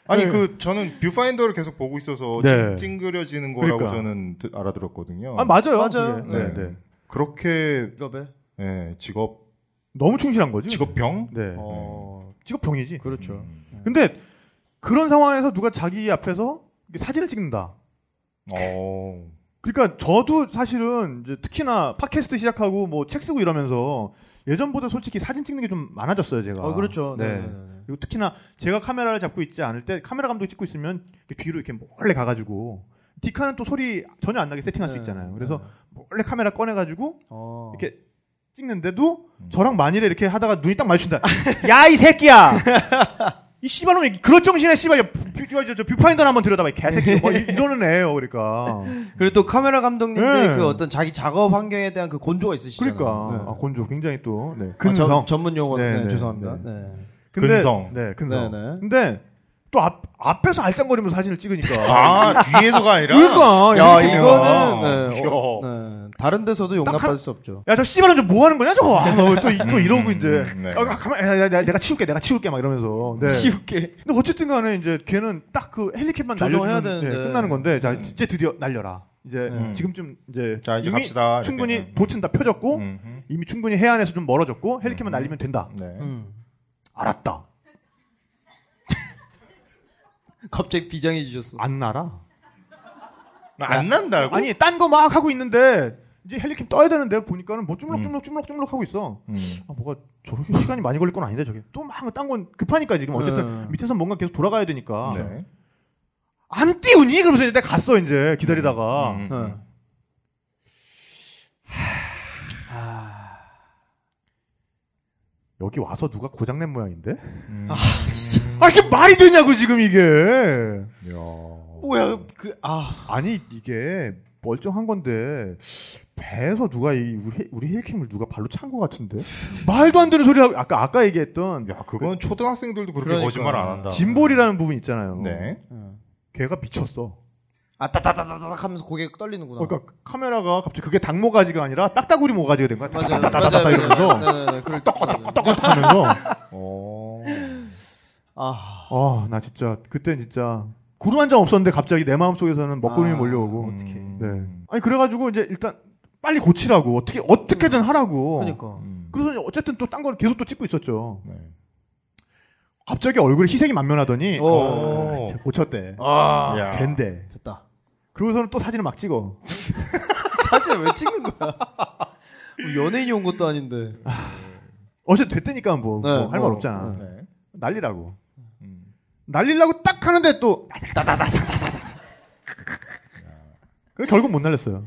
아니 네. 그 저는 뷰파인더를 계속 보고 있어서 네. 찡- 찡그려지는 거라고 그러니까. 저는 듣- 알아들었거든요. 아 맞아요. 맞아요. 그게. 네. 네. 그렇게 직업에 예, 직업 너무 충실한 거지. 직업병? 음. 네. 어 직업병이지. 그렇죠. 근데 그런 상황에서 누가 자기 앞에서 이렇게 사진을 찍는다. 어. 그러니까 저도 사실은 이제 특히나 팟캐스트 시작하고 뭐 책 쓰고 이러면서 예전보다 솔직히 사진 찍는 게 좀 많아졌어요 제가. 어 그렇죠. 네. 네. 네. 네. 그리고 특히나 제가 카메라를 잡고 있지 않을 때 카메라 감독이 찍고 있으면 이렇게 뒤로 이렇게 몰래 가가지고 디카는 또 소리 전혀 안 나게 세팅할 수 네. 있잖아요. 그래서 몰래 카메라 꺼내가지고 어. 이렇게 찍는데도 음. 저랑 만일에 이렇게 하다가 눈이 딱 마주친다. 야 이 새끼야. 이 씨발놈이 그럴 정신에 씨발 뷰저 뷰파인더 한번 들여다봐 이 개새끼. 뭐 이- 이러는 애예요. 그러니까. 그리고 또 카메라 감독님들 네. 그 어떤 자기 작업 환경에 대한 그 곤조가 있으시잖아요. 그러니까 네. 아, 곤조 굉장히 또 네, 아, 전- 근성. 전문 용어는 네, 네, 네, 죄송합니다. 네. 근데- 근성. 네 근성. 네, 네. 근데 또 앞 앞에서 알짱거리면서 사진을 찍으니까. 아 뒤에서가 아니라. 아, 그러니까. 야 이렇게 아, 이거는 네, 야. 어, 네. 다른 데서도 용납받을 수 없죠. 야 저 씨발은 좀 뭐 하는 거냐 저거 아, 너 또, 이- 또 음, 이러고 이제 네. 아, 가만 야, 야, 야, 내가 치울게 내가 치울게 막 이러면서 네. 치우게. 근데 어쨌든 간에 이제 걔는 딱 그 헬리캡만 조정해야 날려주면 되는데. 예, 끝나는 건데 자 음. 이제 드디어 날려라 이제 음. 지금쯤 이제, 자, 이제 이미 갑시다. 충분히 이렇게. 도친 다 펴졌고 음, 이미 충분히 해안에서 좀 멀어졌고 헬리캡만 음. 날리면 된다 음. 네. 음. 알았다 갑자기 비장해지셨어. 안 날아 안 난다고? 아니 딴 거 막 하고 있는데 이제 헬리캡 떠야 되는데 보니까는 뭐 음. 쭈물럭쭈물럭 쭈물럭쭈물럭 하고 있어 음. 아 뭐가 저렇게 시간이 많이 걸릴 건 아닌데 저게 또 막 딴 건 급하니까 지금 어쨌든 네. 밑에서 뭔가 계속 돌아가야 되니까 음. 네. 안 띄우니? 그러면서 이제 내가 갔어 이제 기다리다가 음, 음, 네. 음. 여기 와서 누가 고장낸 모양인데? 음. 네. 아 이게 말이 되냐고 지금 이게 야. 뭐야 그아 아니 이게 멀쩡한 건데 배에서 누가 이 우리, 헬- 우리 힐킴을 누가 발로 찬 것 같은데 말도 안 되는 소리라고 아까 아까 얘기했던 야, 그건 초등학생들도 그렇게 그러니까. 거짓말 안 한다. 짐볼이라는 부분 있잖아요. 네. 걔가 미쳤어. 아따다다다닥 하면서 고개 떨리는구나. 그러니까 카메라가 갑자기 그게 닭 모가지가 아니라 딱따구리 모가지가 된 거야. 맞아요. 따따따따따 맞아요. 이러면서 네네네. 그럴 때. 하면서 어. 아 아 나 진짜 그때 진짜 구름 한 장 없었는데 갑자기 내 마음 속에서는 먹구름이 아, 몰려오고 어떡해. 네. 음. 아니 그래가지고 이제 일단 빨리 고치라고 어떻게 어떻게든 하라고. 그러니까 음. 래서 어쨌든 또 딴 걸 계속 또 찍고 있었죠. 네. 갑자기 얼굴에 희생이 만면하더니 오. 아, 진짜 고쳤대. 아 야. 된대. 됐다. 그러고서는 또 사진을 막 찍어. 사진 왜 찍는 거야? 우리 연예인이 온 것도 아닌데. 어쨌든 됐다니까 뭐 네, 할 말 뭐, 없잖아. 네. 네. 난리라고. 음. 날리려고 딱 하는데 또 그래 결국 못 날렸어요.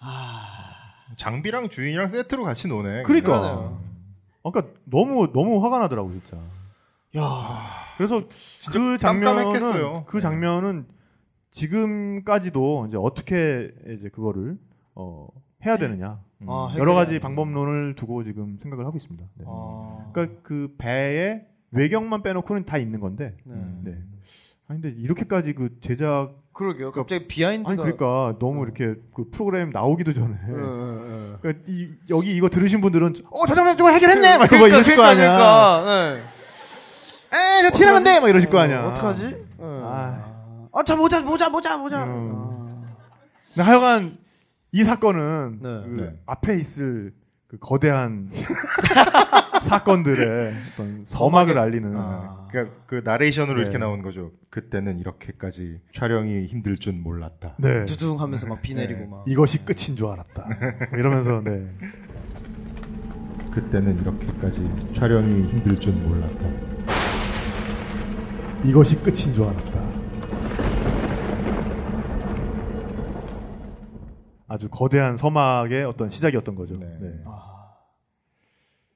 아, 장비랑 주인이랑 세트로 같이 노네. 그러니까. 그러네요. 그러니까 너무 너무 화가 나더라고 진짜. 그러니까. 야. 그래서 진짜 그 깜깜했겠어요. 장면은 네. 그 장면은 지금까지도 이제 어떻게 이제 그거를 어, 해야 되느냐 음. 아, 여러 가지 해결해야 방법론을 두고 지금 생각을 하고 있습니다. 네. 아. 그러니까 그 배의 외경만 빼놓고는 다 있는 건데. 네. 네. 아니 근데 이렇게까지 그 제작 그러게요. 갑자기 비하인드가 네. 아니 그러니까 너무 이렇게 그 프로그램 나오기도 전에 예, 예, 예. 그러니까 이, 여기 이거 들으신 분들은 어 저 장면 저걸 해결했네 막 그거 이러실 거 아니야. 그러니까, 네. 에저 티나는데 막 이러실 거 아니야. 어떡하지? 네. 아. 어차 모자 모자 모자 모자. 음. 근데 하여간 이 사건은 네. 그 네. 앞에 있을 그 거대한 사건들의 어떤 서막의- 서막을 알리는 아, 그러니까 그 나레이션으로 네. 이렇게 나온 거죠. 그때는 이렇게까지 촬영이 힘들 줄 몰랐다. 네. 두둥하면서 막 비 내리고 네. 막. 이것이 끝인 줄 알았다. 이러면서 네. 그때는 이렇게까지 촬영이 힘들 줄 몰랐다. 이것이 끝인 줄 알았다. 아주 거대한 서막의 어떤 시작이었던 거죠. 네. 네. 아.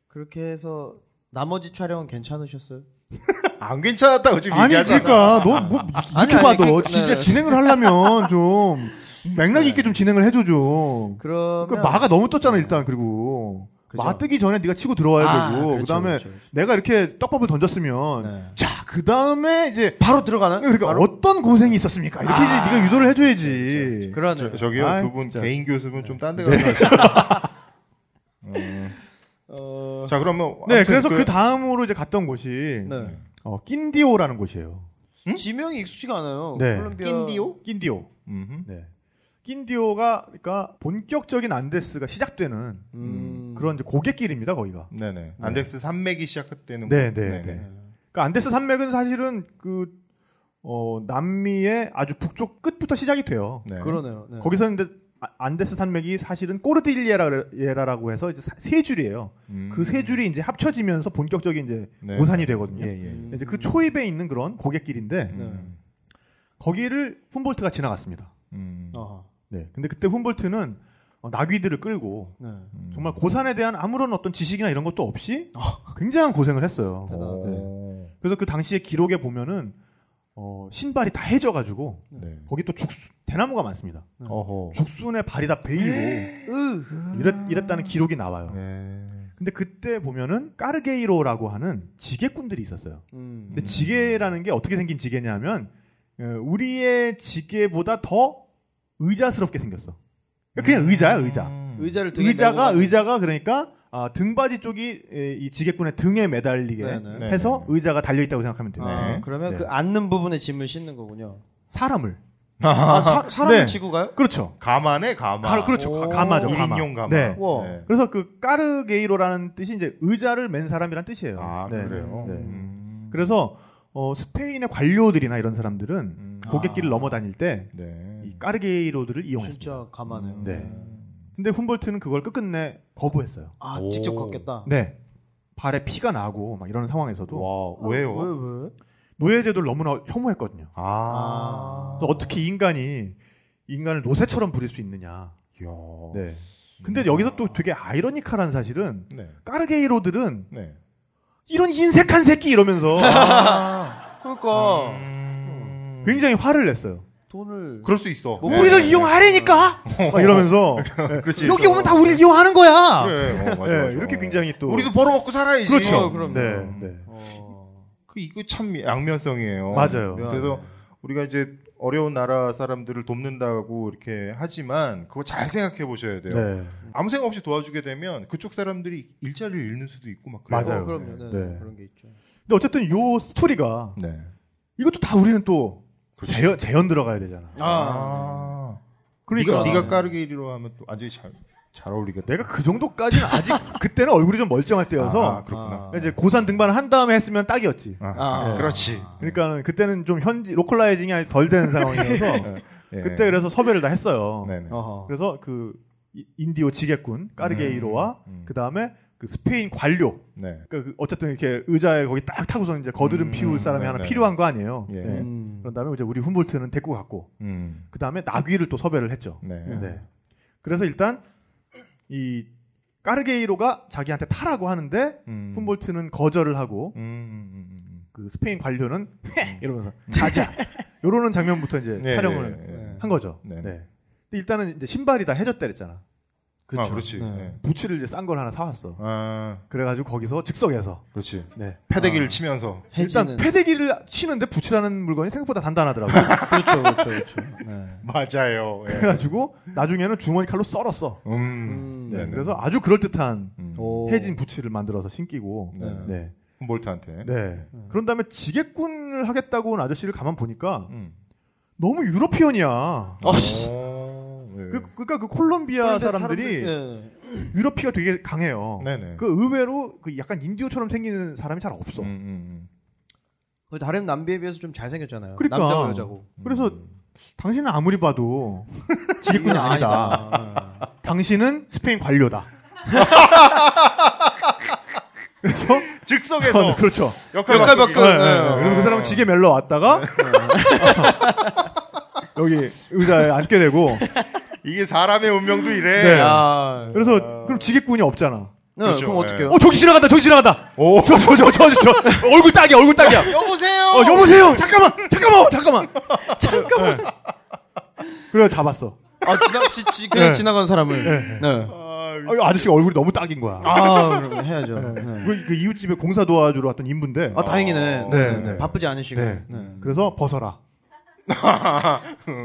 그렇게 해서 나머지 촬영은 괜찮으셨어요? 안 괜찮았다고 지금 아니 얘기하잖아. 그러니까 너 뭐 아니, 이렇게 봐도 그러니까, 진짜 네. 진행을 하려면 좀 맥락 있게 좀 진행을 해줘줘. 그러면 그러니까 마가 너무 떴잖아 일단 그리고 그죠. 마 뜨기 전에 네가 치고 들어와야 아, 되고 그렇죠, 그다음에 그렇죠, 그렇죠. 내가 이렇게 떡밥을 던졌으면 네. 자 그다음에 이제 바로 들어가나? 그러니까 바로? 어떤 고생이 있었습니까 이렇게 아. 그렇죠, 이제 네가 유도를 해줘야지 그러네. 저, 저기요 아이, 두 분 진짜. 네. 개인 교습은 좀 딴 데 가서 음. 어... 자 그러면 네 아무튼 그래서 그, 다음으로 이제 갔던 곳이 네. 음? 어, 낀디오라는 곳이에요 지명이 익숙지가 않아요. 네. 콜롬비아... 낀디오? 낀디오 음흠. 네 낀디오가 그러니까 본격적인 안데스가 시작되는 음... 그런 이제 고객길입니다 거기가 네네 안덱스 산맥이 시작되는 네, 곳. 네, 네. 그러니까 안데스 산맥은 사실은 그 어, 남미의 아주 북쪽 끝부터 시작이 돼요 네. 그러네요. 네. 거기서 이제 아- 안데스 산맥이 사실은 꼬르딜리에라라고 해서 이제 사- 세 줄이에요. 음. 그 세 줄이 이제 합쳐지면서 본격적인 이제 네. 오산이 되거든요. 예, 음. 예. 이제 그 초입에 있는 그런 고객길인데 음. 거기를 훔볼트가 지나갔습니다. 음. 어허. 네. 근데 그때 훔볼트는 어, 나귀들을 끌고 네. 음. 정말 고산에 대한 아무런 어떤 지식이나 이런 것도 없이 아. 굉장한 고생을 했어요. 네. 대단하다. 오. 그래서 그 당시의 기록에 보면은 어, 신발이 다 해져가지고 네. 거기 또 죽수 대나무가 많습니다. 어허. 음. 죽순에 발이 다 베이고 이랬, 이랬다는 기록이 나와요. 네. 근데 그때 보면은 까르게이로라고 하는 지게꾼들이 있었어요. 음. 근데 지게라는 게 어떻게 생긴 지게냐면 어, 우리의 지게보다 더 의자스럽게 생겼어. 예, 그러니까 그냥 의자야 의자. 음. 의자를 등에 의자가 메고 의자가 그러니까 아, 등받이 쪽이 에, 이 지게꾼의 등에 매달리게 네, 네. 네, 해서 네, 네. 의자가 달려 있다고 생각하면 돼요. 아, 네. 그러면 네. 그 앉는 부분에 짐을 싣는 거군요. 사람을 아, 사, 사람을 네. 치고 가요? 그렇죠. 가마네 가마. 가, 그렇죠. 가, 오. 가마죠. 가마. 일인용 가마. 네. 우와. 그래서 그 까르게이로라는 뜻이 이제 의자를 맨 사람이란 뜻이에요. 아 네. 그래요. 네. 음. 그래서 어, 스페인의 관료들이나 이런 사람들은 음. 고객길을 아. 넘어 다닐 때 이 네. 까르게이로들을 이용했습니다. 진짜 가만해요. 네. 근데 훔볼트는 그걸 끝끝내 거부했어요. 아 오. 직접 걷겠다. 네. 발에 피가 나고 막 이런 상황에서도 와 왜 아, 왜요? 왜? 노예제도를 너무나 혐오했거든요. 아. 그래서 어떻게 인간이 인간을 노새처럼 부릴 수 있느냐. 이야. 네. 근데 여기서 또 되게 아이러니컬한 사실은 네. 까르게이로들은 네. 이런 인색한 새끼 이러면서 아. 그러니까 음. 굉장히 화를 냈어요. 돈을 그럴 수 있어. 뭐, 우리를 네. 이용하려니까 막 이러면서 그렇지. 여기 오면 다 우리를 이용하는 거야. 그래. 어, 맞아, 예, 맞아. 이렇게 굉장히 또 우리도 벌어먹고 살아야지. 그렇죠. 어, 그럼요. 네, 네. 어. 그 이거 참 양면성이에요. 맞아요. 미안하네. 그래서 우리가 이제 어려운 나라 사람들을 돕는다고 이렇게 하지만 그거 잘 생각해 보셔야 돼요. 네. 아무 생각 없이 도와주게 되면 그쪽 사람들이 일자리를 잃는 수도 있고 막 그래요. 맞아요. 어, 그럼요. 네, 네. 그런 게 있죠. 근데 어쨌든 요 스토리가 네. 이것도 다 우리는 또 그렇죠. 재현, 재현 들어가야 되잖아. 아. 그러니까 네가, 네가 까르게이로 하면 또 아주 잘, 잘 어울리겠다. 내가 그 정도까지는 아직 그때는 얼굴이 좀 멀쩡할 아, 때여서 그렇구나. 아. 이제 고산 등반을 한 다음에 했으면 딱이었지. 아, 아, 네. 그렇지. 그러니까 그때는 좀 현지 로컬라이징이 아직 덜 되는 상황이어서 예. 그때 그래서 섭외를 다 했어요. 네네. 어허. 그래서 그 이- 인디오 지게꾼 까르게이로와 음, 음. 그 다음에 그 스페인 관료 네. 그러니까 그 어쨌든 이렇게 의자에 거기 딱 타고서 이제 거드름 음, 피울 사람이 하나 네네. 필요한 거 아니에요. 예. 네. 음. 그런 다음에 이제 우리 훔볼트는 데리고 갔고 음. 그 다음에 나귀를 또 섭외를 했죠. 네. 네. 그래서 일단 이 까르게이로가 자기한테 타라고 하는데 음. 훔볼트는 거절을 하고 음, 음, 그 스페인 관료는 이러면서 자자 요러는 장면부터 이제 음, 음. 네, 촬영을 예, 예, 예. 한 거죠. 네. 네. 근데 일단은 이제 신발이 다 해졌다 그랬잖아. 아, 그렇지. 네. 예. 부츠를 이제 싼 걸 하나 사왔어. 아, 그래가지고 거기서 즉석에서 그렇지. 네. 패대기를 아. 치면서. 일단 해지는 패대기를 치는데 부츠라는 물건이 생각보다 단단하더라고. 그렇죠, 그렇죠, 그렇죠. 네. 맞아요. 예. 그래가지고 나중에는 주머니 칼로 썰었어. 음. 음. 네, 네네. 그래서 아주 그럴 듯한 음. 오. 해진 부츠를 만들어서 신기고. 네. 네. 네. 홈볼트한테. 네. 음. 그런 다음에 지게꾼을 하겠다고 온 아저씨를 가만 보니까 음. 너무 유러피언이야. 어, 씨. 오, 예. 그, 러니까그 아, 네. 콜롬비아 그런데 사람들이 사람들- 네. 유러피가 되게 강해요. 네네. 그 의외로 그 약간 인디오처럼 생기는 사람이 잘 없어. 음, 음, 거의 다른 남비에 비해서 좀 잘생겼잖아요. 그러니까. 남자고 여자고. 음. 그래서 당신은 아무리 봐도 지게꾼이 이건 아니다. 아니다. 당신은 스페인 관료다. 그래서 즉석에서 그렇죠. 역할 역할 바꾸기. 바꾸- 네, 네, 네, 네. 그래서 그 사람 지게 멜러 왔다가 여기 의자에 앉게 되고 이게 사람의 운명도 이래. 아, 네. 야. 그래서 그럼 지게꾼이 없잖아. 네, 그렇죠. 아. 그럼 어떻게 해요? 어 저기 지나간다. 저기 지나간다. 오. 저 저 저 저 저 얼굴 딱이야. 얼굴 딱이야. 여보세요. 어 여보세요. 잠깐만. 잠깐만. 잠깐만. 잠깐만. 네. 그래 잡았어. 어, 아, 지나, 지, 지, 그냥 네. 지나간 사람을. 네. 네. 아, 아, 이 아저씨가 얼굴이 너무 딱인 거야. 아, 그럼 해야죠. 네. 그, 그 이웃집에 공사 도와주러 왔던 인부인데. 아, 다행이네. 네, 네, 네. 바쁘지 않으시고. 네. 네. 음. 그래서 벗어라.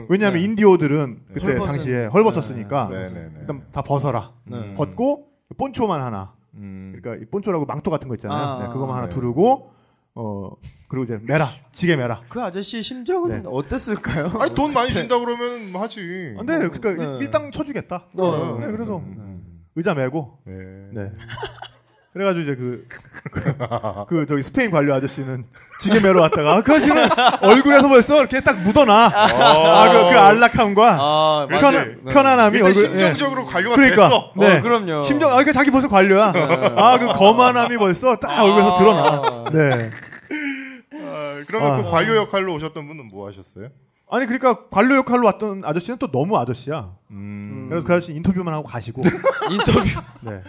왜냐하면 인디오들은 그때 헐벗은- 당시에 헐벗었으니까 네네네. 일단 다 벗어라. 네. 벗고 본초만 하나. 음. 그러니까 이 본초라고 망토 같은 거 있잖아요. 아, 네, 그거만 하나 네. 두르고 어 그리고 이제 매라 지게 매라. 그 아저씨 심정은 네. 어땠을까요? 아니 돈 많이 준다 그러면 하지. 근데 그러니까 일- 네. 일당 쳐주겠다. 어, 네, 그래서 음, 의자 메고 음. 네. 네. 그래가지고 이제 그, 그 저기 스페인 관료 아저씨는 지게 매러 왔다가 아, 그러시는 얼굴에서 벌써 이렇게 딱 묻어나. 아, 그, 그 안락함과 아, 맞아요. 편안, 편안함이 일단 얼굴. 예. 심정적으로 관료가 그러니까. 됐어. 네. 어, 그럼요. 심정, 아, 그러니까 자기 벌써 관료야. 아, 그 거만함이 벌써 딱 아, 아. 얼굴에서 드러나. 네. 아, 그러면 아. 그 관료 역할로 오셨던 분은 뭐 하셨어요? 아니, 그러니까 관료 역할로 왔던 아저씨는 또 너무 아저씨야. 음. 그래서 그 아저씨 인터뷰만 하고 가시고. 인터뷰. 네.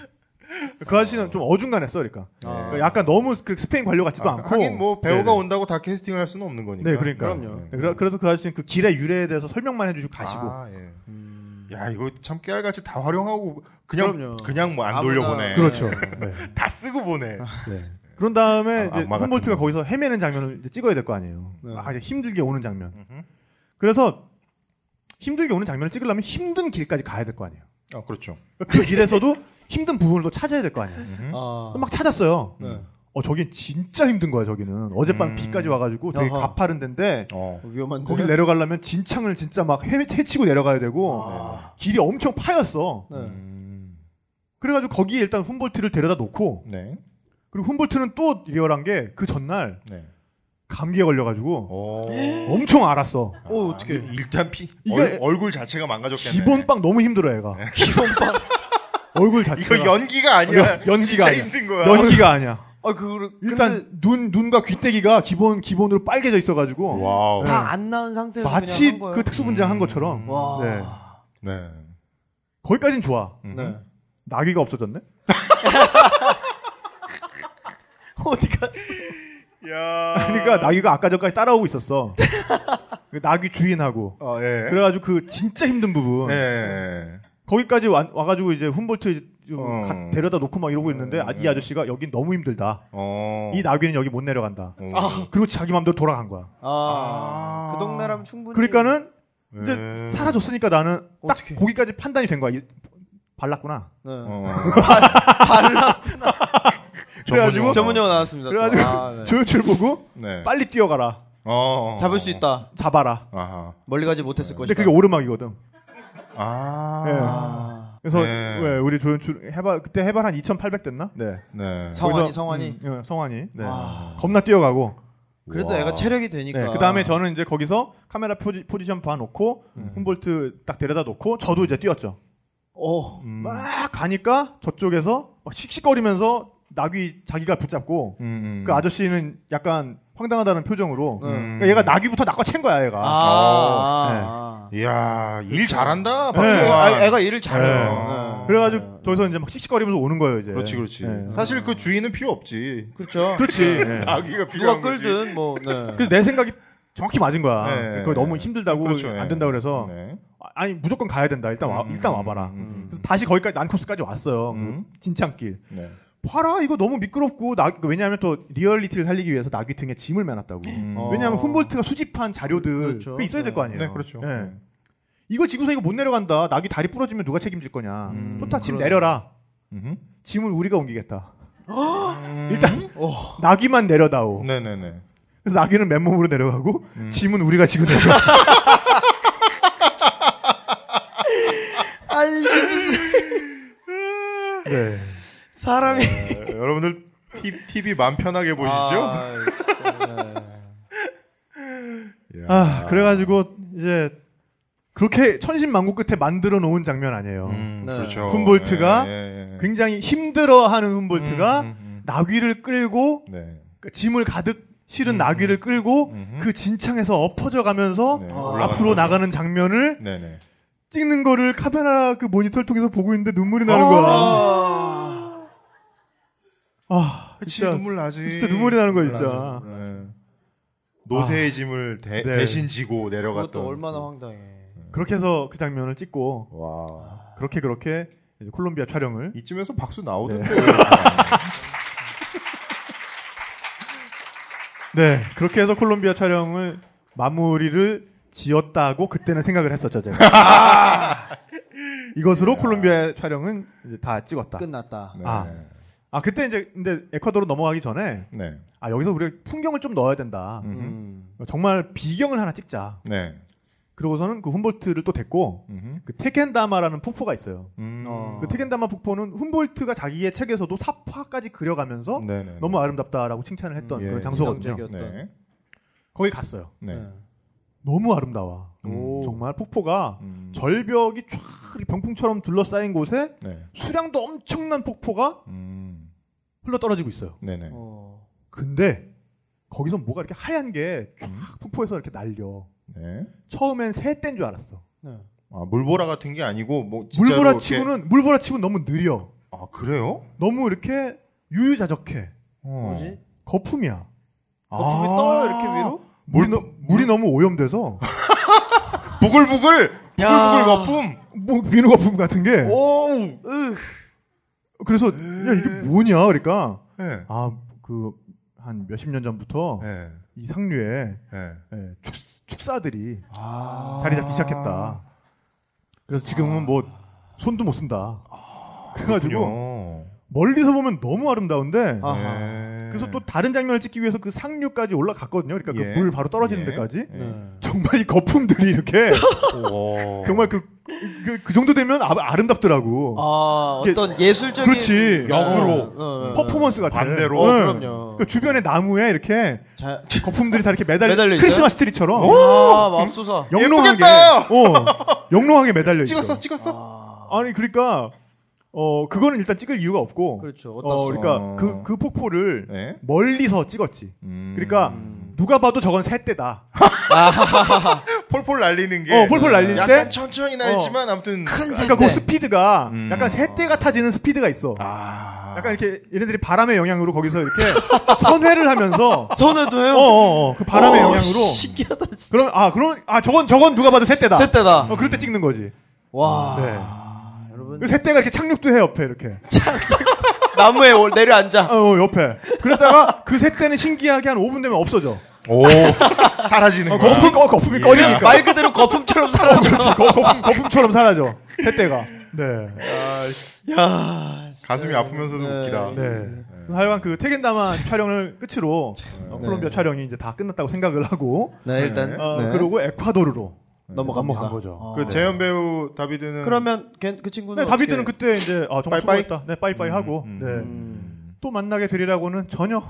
그 아저씨는 좀 어중간했어, 그러니까. 아. 그러니까 약간 너무 그 스페인 관료 같지도 않고. 하긴 뭐 배우가 네네. 온다고 다 캐스팅을 할 수는 없는 거니까. 네, 그러니까. 그럼요. 네, 그래, 도그 아저씨는 그 길의 유래에 대해서 설명만 해주시고 가시고. 아, 예. 음. 야 이거 참 깨알같이 다 활용하고 그럼요. 그냥 그냥 뭐 안 아무나. 돌려보네. 그렇죠. 네. 네. 다 쓰고 보네. 네. 그런 다음에 아, 이제 악마 같은 훔볼트가 거. 거기서 헤매는 장면을 이제 찍어야 될 거 아니에요. 네. 아, 이제 힘들게 오는 장면. 음흠. 그래서 힘들게 오는 장면을 찍으려면 힘든 길까지 가야 될 거 아니에요. 아 그렇죠. 그 길에서도 힘든 부분을 또 찾아야 될 거 아니에요. 음흠. 아. 막 찾았어요. 네. 어, 저긴 진짜 힘든 거야, 저기는. 어젯밤 음. 비까지 와가지고 되게 어허. 가파른 데인데 어. 위험한데. 거길 내려가려면 진창을 진짜 막 헤, 헤치고 내려가야 되고 아. 길이 엄청 파였어. 네. 음. 그래가지고 거기에 일단 훔볼트를 데려다 놓고 네. 그리고 훔볼트는 또 리얼한 게 그 전날 네. 감기에 걸려가지고 오. 엄청 어? 알았어. 오, 어떡해. 아, 일단 피 이게- 얼, 얼굴 자체가 망가졌겠네. 기본빵 너무 힘들어 애가. 기본빵 얼굴 네. 이거 자체가 연기가 아니야. 연- 연기가 진짜 아니야. 힘든 거야. 연기가 아니야. 아, 그 일단 눈 눈과 귀때기가 기본 기본으로 빨개져 있어가지고 와우. 네. 다안 나은 상태에서 마치 그냥 한 거예요. 그 특수분장 한 음. 것처럼 와. 네. 네. 거기까진 좋아. 음. 네. 나귀가 없어졌네. 어디 갔어? 야. 그러니까 나귀가 아까 전까지 따라오고 있었어. 그 나귀 주인하고. 어, 예. 그래가지고 그 진짜 힘든 부분 네. 거기까지 와, 가지고 이제 훔볼트 좀 어. 네. 가- 데려다 놓고 막 이러고 있는데 아, 이 아저씨가 여긴 너무 힘들다. 어. 이 나귀는 여기 못 내려간다. 어. 아. 그리고 자기 마음대로 돌아간 거야. 아. 아. 그 동네라면 충분히. 그러니까는 이제 네. 사라졌으니까 나는 딱 어떡해. 거기까지 판단이 된 거야. 이- 발랐구나. 네. 어. 그래가지고 전문 전문용어 나왔습니다. 또. 그래가지고 아, 네. 조연출 보고 네. 빨리 뛰어가라. 어. 잡을 수 있다. 잡아라. 아하. 멀리 가지 못했을 네. 근데 것이다. 그게 오르막이거든. 아. 아. 그래서 네. 왜 우리 조연출 해발 그때 해발 한 2,800 됐나? 네. 네. 아. 성환이 거기서- 성환이. 음, 예, 성환이. 네. 와. 겁나 뛰어가고. 그래도 우와. 애가 체력이 되니까. 네. 그 다음에 저는 이제 거기서 카메라 포지, 포지션 봐놓고 음. 훔볼트 딱 데려다 놓고 저도 이제 뛰었죠. 어. 음. 막 가니까 저쪽에서 막 씩씩거리면서 나귀 자기가 붙잡고 음. 그 아저씨는 약간 황당하다는 표정으로 네. 그러니까 얘가 나귀부터 낚아챈 네. 거야 아. 얘가 아. 이야, 일 그렇죠. 잘한다. 네. 박성환. 아, 애가 일을 잘해요. 네. 네. 그래가지고 네. 저기서 이제 막 씩씩거리면서 오는 거예요 이제 그렇지, 그렇지. 네. 사실 그 주인은 필요 없지. 그렇죠. 그렇지 예. 아기가 누가 필요한 거지. 끌든 뭐. 네. 그래서 내 생각이 정확히 맞은 거야 네. 그거 너무 힘들다고 그렇죠, 예. 안 된다 그래서 네. 아, 아니 무조건 가야 된다 일단 와 음. 일단 와봐라 음. 그래서 다시 거기까지 난코스까지 왔어요 그 음. 진창길 네. 봐라 이거 너무 미끄럽고 나, 그 왜냐하면 또 리얼리티를 살리기 위해서 나귀 등에 짐을 매놨다고 음. 어. 왜냐하면 훔볼트가 수집한 자료들 그렇죠. 네, 그게 있어야 될 거 아니에요 네, 그렇죠. 예. 네. 이거 지구상 이거 못 내려간다. 나귀 다리 부러지면 누가 책임질 거냐. 음, 좋다, 짐 그러네. 내려라. 음. 짐을 우리가 옮기겠다. 일단 나귀만 내려다오. 네네네. 그래서 나귀는 맨몸으로 내려가고 음. 짐은 우리가 지고 내려. 아니 이게 무슨 네. 사람이. 네, 여러분들 티- TV 맘 편하게 보시죠. 아, 진짜, 네. 이야. 아 그래가지고 이제 그렇게 천신만고 끝에 만들어 놓은 장면 아니에요. 음, 네. 그렇죠. 훔볼트가 예, 예, 예. 굉장히 힘들어하는 훔볼트가 음, 음, 나귀를 끌고 음. 네. 그 짐을 가득 실은 음. 나귀를 끌고 음흠. 그 진창에서 엎어져 가면서 네, 아, 앞으로 올라가는 나가는 장면을 네네. 찍는 거를 카메라 그 모니터를 통해서 보고 있는데 눈물이 나는 거야. 아. 아, 그치 진짜. 눈물 나지. 진짜 눈물이 나는 거야, 눈물 진짜. 아. 나죠. 네. 노세의 짐을 대, 네. 대신 지고 내려갔던. 그것도 얼마나 황당해. 그렇게 해서 그 장면을 찍고 와. 그렇게 그렇게 이제 콜롬비아 촬영을 이쯤에서 박수 나오던데. 네 그렇게 해서 콜롬비아 촬영을 마무리를 지었다고 그때는 생각을 했었죠 제가 이것으로 콜롬비아 촬영은 이제 다 찍었다 끝났다. 네. 아. 아 그때 이제 근데 에콰도로 넘어가기 전에 네. 아 여기서 우리가 풍경을 좀 넣어야 된다 음. 음. 정말 비경을 하나 찍자 네. 그러고서는 그 훔볼트를 또 됐고 음. 그 테켄다마라는 폭포가 있어요. 음. 어. 그 테켄다마 폭포는 훔볼트가 자기의 책에서도 삽화까지 그려가면서 네네. 너무 아름답다라고 칭찬을 음, 했던 그런 음. 예. 장소거든요. 인상적이었- 네. 거기 갔어요. 네. 너무 아름다워. 오. 정말 폭포가 음. 절벽이 쫙 이렇게 병풍처럼 둘러싸인 곳에 네. 수량도 엄청난 폭포가 음. 흘러떨어지고 있어요. 네네. 어. 근데 거기서 뭐가 이렇게 하얀 게 음. 쫙 폭포에서 이렇게 날려. 네. 처음엔 새 땐 줄 알았어. 네. 아 물보라 같은 게 아니고 뭐 진짜로 물보라 이렇게- 치고는 물보라 치고는 너무 느려. 아 그래요? 너무 이렇게 유유자적해. 어. 뭐지? 거품이야. 거품이 아. 떠요 이렇게 위로? 물이, 너, 물이 너무 오염돼서 부글부글 부글부글 거품. 뭐 비누 거품 같은 게 어? 오. 으. 그래서 야 이게 뭐냐 그러니까 네. 아 그 한 몇십 년 전부터 네. 이 상류에 네. 예, 축- 축사들이 아. 자리 잡기 시작했다. 그래서 지금은 뭐 손도 못 쓴다. 그래가지고 아, 그렇군요. 멀리서 보면 너무 아름다운데 아. 아하. 네. 그래서 또 다른 장면을 찍기 위해서 그 상류까지 올라갔거든요. 그러니까 예. 그 물 바로 떨어지는 예. 데까지 예. 정말 이 거품들이 이렇게 오. 정말 그, 그, 그 정도 되면 아, 름답더라고 아 이게- 어떤 예술적인 그렇지. 역으로. 어, 어, 퍼포먼스 같아. 반대로. 어, 응. 그럼요. 그 주변에 나무에 이렇게 자, 거품들이 다 이렇게 매달 매달려 있어요? 크리스마스 트리처럼 아 맙소사. 영롱하게 예쁘겠다! 어, 영롱하게 매달려 있어. 찍었어 찍었어. 아, 아니 그러니까 어 그거는 일단 찍을 이유가 없고 그렇죠. 어 어떻습니까? 그러니까 그 그 폭포를 네. 멀리서 찍었지. 음. 그러니까 누가 봐도 저건 새떼다. 폴폴 날리는 게 어, 폴폴 날릴 약간 때? 천천히 날지만 아무튼 큰 새. 그러니까 그 스피드가 음. 약간 새떼가 타지는 스피드가 있어. 아 약간 이렇게 얘네들이 바람의 영향으로 거기서 이렇게 선회를 하면서 선에도 해요. 어, 어, 어, 그 바람의 오, 영향으로 신기하다. 진짜. 그럼 아 그럼 아 저건 저건 누가 봐도 새떼다. 셋대다. 어, 그럴 때 찍는 거지. 와. 네. 여러분 그리고 새떼가 이렇게 착륙도 해 옆에 이렇게. 나무에 올- 내려앉아. 어, 어 옆에. 그러다가 그 새떼는 신기하게 한 5분 되면 없어져. 오 사라지는 어, 거야. 거품이 꺼 거품이 예. 꺼지니까. 말 그대로 거품처럼 사라져. 그렇지. 거, 거품, 거품처럼 사라져. 새떼가. 네. 야. 가슴이 아프면서도 네. 웃기다. 네. 그래서 하여간 그 테겐다마 촬영을 끝으로 어, 콜롬비아 네. 촬영이 이제 다 끝났다고 생각을 하고 네 일단 어, 네. 그러고 에콰도르로 넘어갑니다. 넘어간 거죠. 어. 그 재현 배우 다비드는 그러면 걔- 그 친구는 네, 다비드는 어떻게- 그때 이제 아 정말 빠이빠이? 수고했다. 네, 빠이빠이 하고 음, 네. 음. 또 만나게 되리라고는 전혀